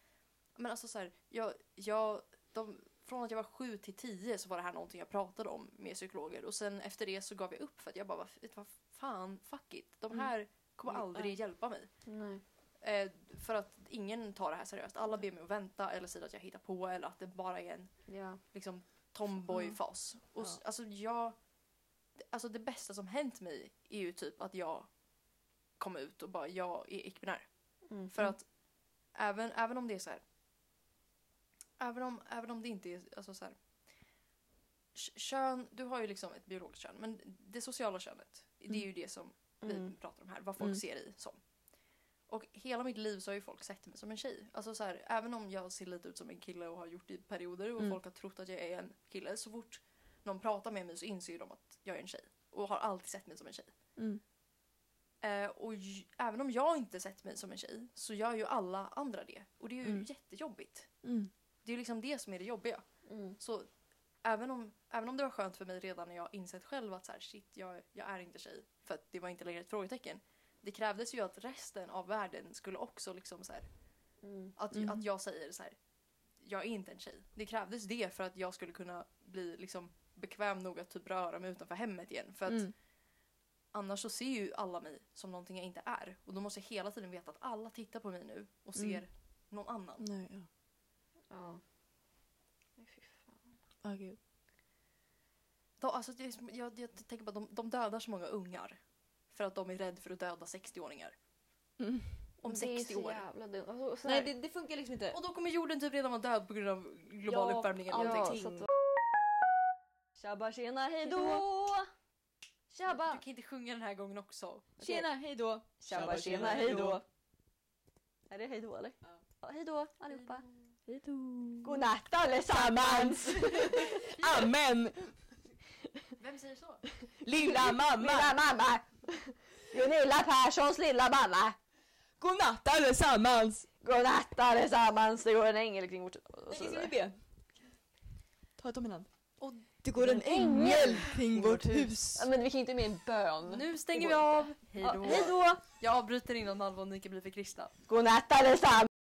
Men alltså så här, jag... jag de, från att jag var sju till tio så var det här någonting jag pratade om med psykologer. Och sen efter det så gav jag upp för att jag bara, "Vad- vad fan, fuck it. De här kommer
Mm.
aldrig hjälpa mig.
Nej.
Eh, för att ingen tar det här seriöst. Alla ber mig att vänta eller säger att jag hittar på eller att det bara är en
Ja.
liksom, tomboy-fas. Och s- alltså jag... Alltså det bästa som hänt mig är ju typ att jag kom ut och bara jag är icke-binär.
Mm.
För att även, även om det är så här. Även om, även om det inte är alltså så här. k- Kön, du har ju liksom ett biologiskt kön men det sociala könet det är ju det som vi
Mm.
pratar om här, vad folk
Mm.
ser i som. Och hela mitt liv så har ju folk sett mig som en tjej. Alltså så här, även om jag ser lite ut som en kille och har gjort det i perioder och
Mm.
folk har trott att jag är en kille så fort någon pratar med mig så inser ju de att jag är en tjej. Och har alltid sett mig som en tjej.
Mm.
Eh, och j- även om jag inte sett mig som en tjej så gör ju alla andra det. Och det är ju
Mm.
jättejobbigt.
Mm.
Det är ju liksom det som är det jobbiga.
Mm.
Så även om, även om det var skönt för mig redan när jag insett själv att så här, shit, jag, jag är inte tjej. För att det var inte längre ett frågetecken. Det krävdes ju att resten av världen skulle också liksom så här,
Mm.
att,
Mm.
att jag säger så här, jag är inte en tjej. Det krävdes det för att jag skulle kunna bli liksom bekväm nog att typ röra mig utanför hemmet igen. För att
Mm.
annars så ser ju alla mig som någonting jag inte är. Och då måste jag hela tiden veta att alla tittar på mig nu och ser
Mm.
någon annan.
Nej, ja.
Ja. Nej, fy fan.
Ah, gud.
De, alltså, det är, som- jag, jag tänker bara, de, de dödar så många ungar för att de är rädda för att döda 60-åringar.
Mm.
Om 60
Det är så
år.
jävla dumt. Alltså, och så
Nej
här-
det, det funkar liksom inte.
Och då kommer jorden typ redan vara död på grund av global
Ja,
uppvärmning eller
ja.
någonting.
så att- Tjabba tjena hejdå!
Du
Tjabba!
kan inte sjunga den här gången också.
Tjena, hejdå!
Tjabba tjena hejdå! Är det hejdå eller?
Ja.
Ja. Hejdå allihopa!
Hejdå.
Godnatt allesammans!
[LAUGHS] Amen!
Vem säger så?
Lilla mamma!
Lilla mamma! Gunilla Perssons lilla mamma!
Godnatt allesammans!
Godnatt allesammans! Det går en ängel kring vårt... Och
Nej,
så
det ska vi
vidare.
be. Ta ett om en hand.
Och-
det går en ängel kring vårt hus.
Ja, men vi kan ju inte med en bön.
Nu stänger vi av. Hej
Ja, hejdå!
Jag avbryter innan Alva och Nika blir för kristna.
Godnatt allesammans!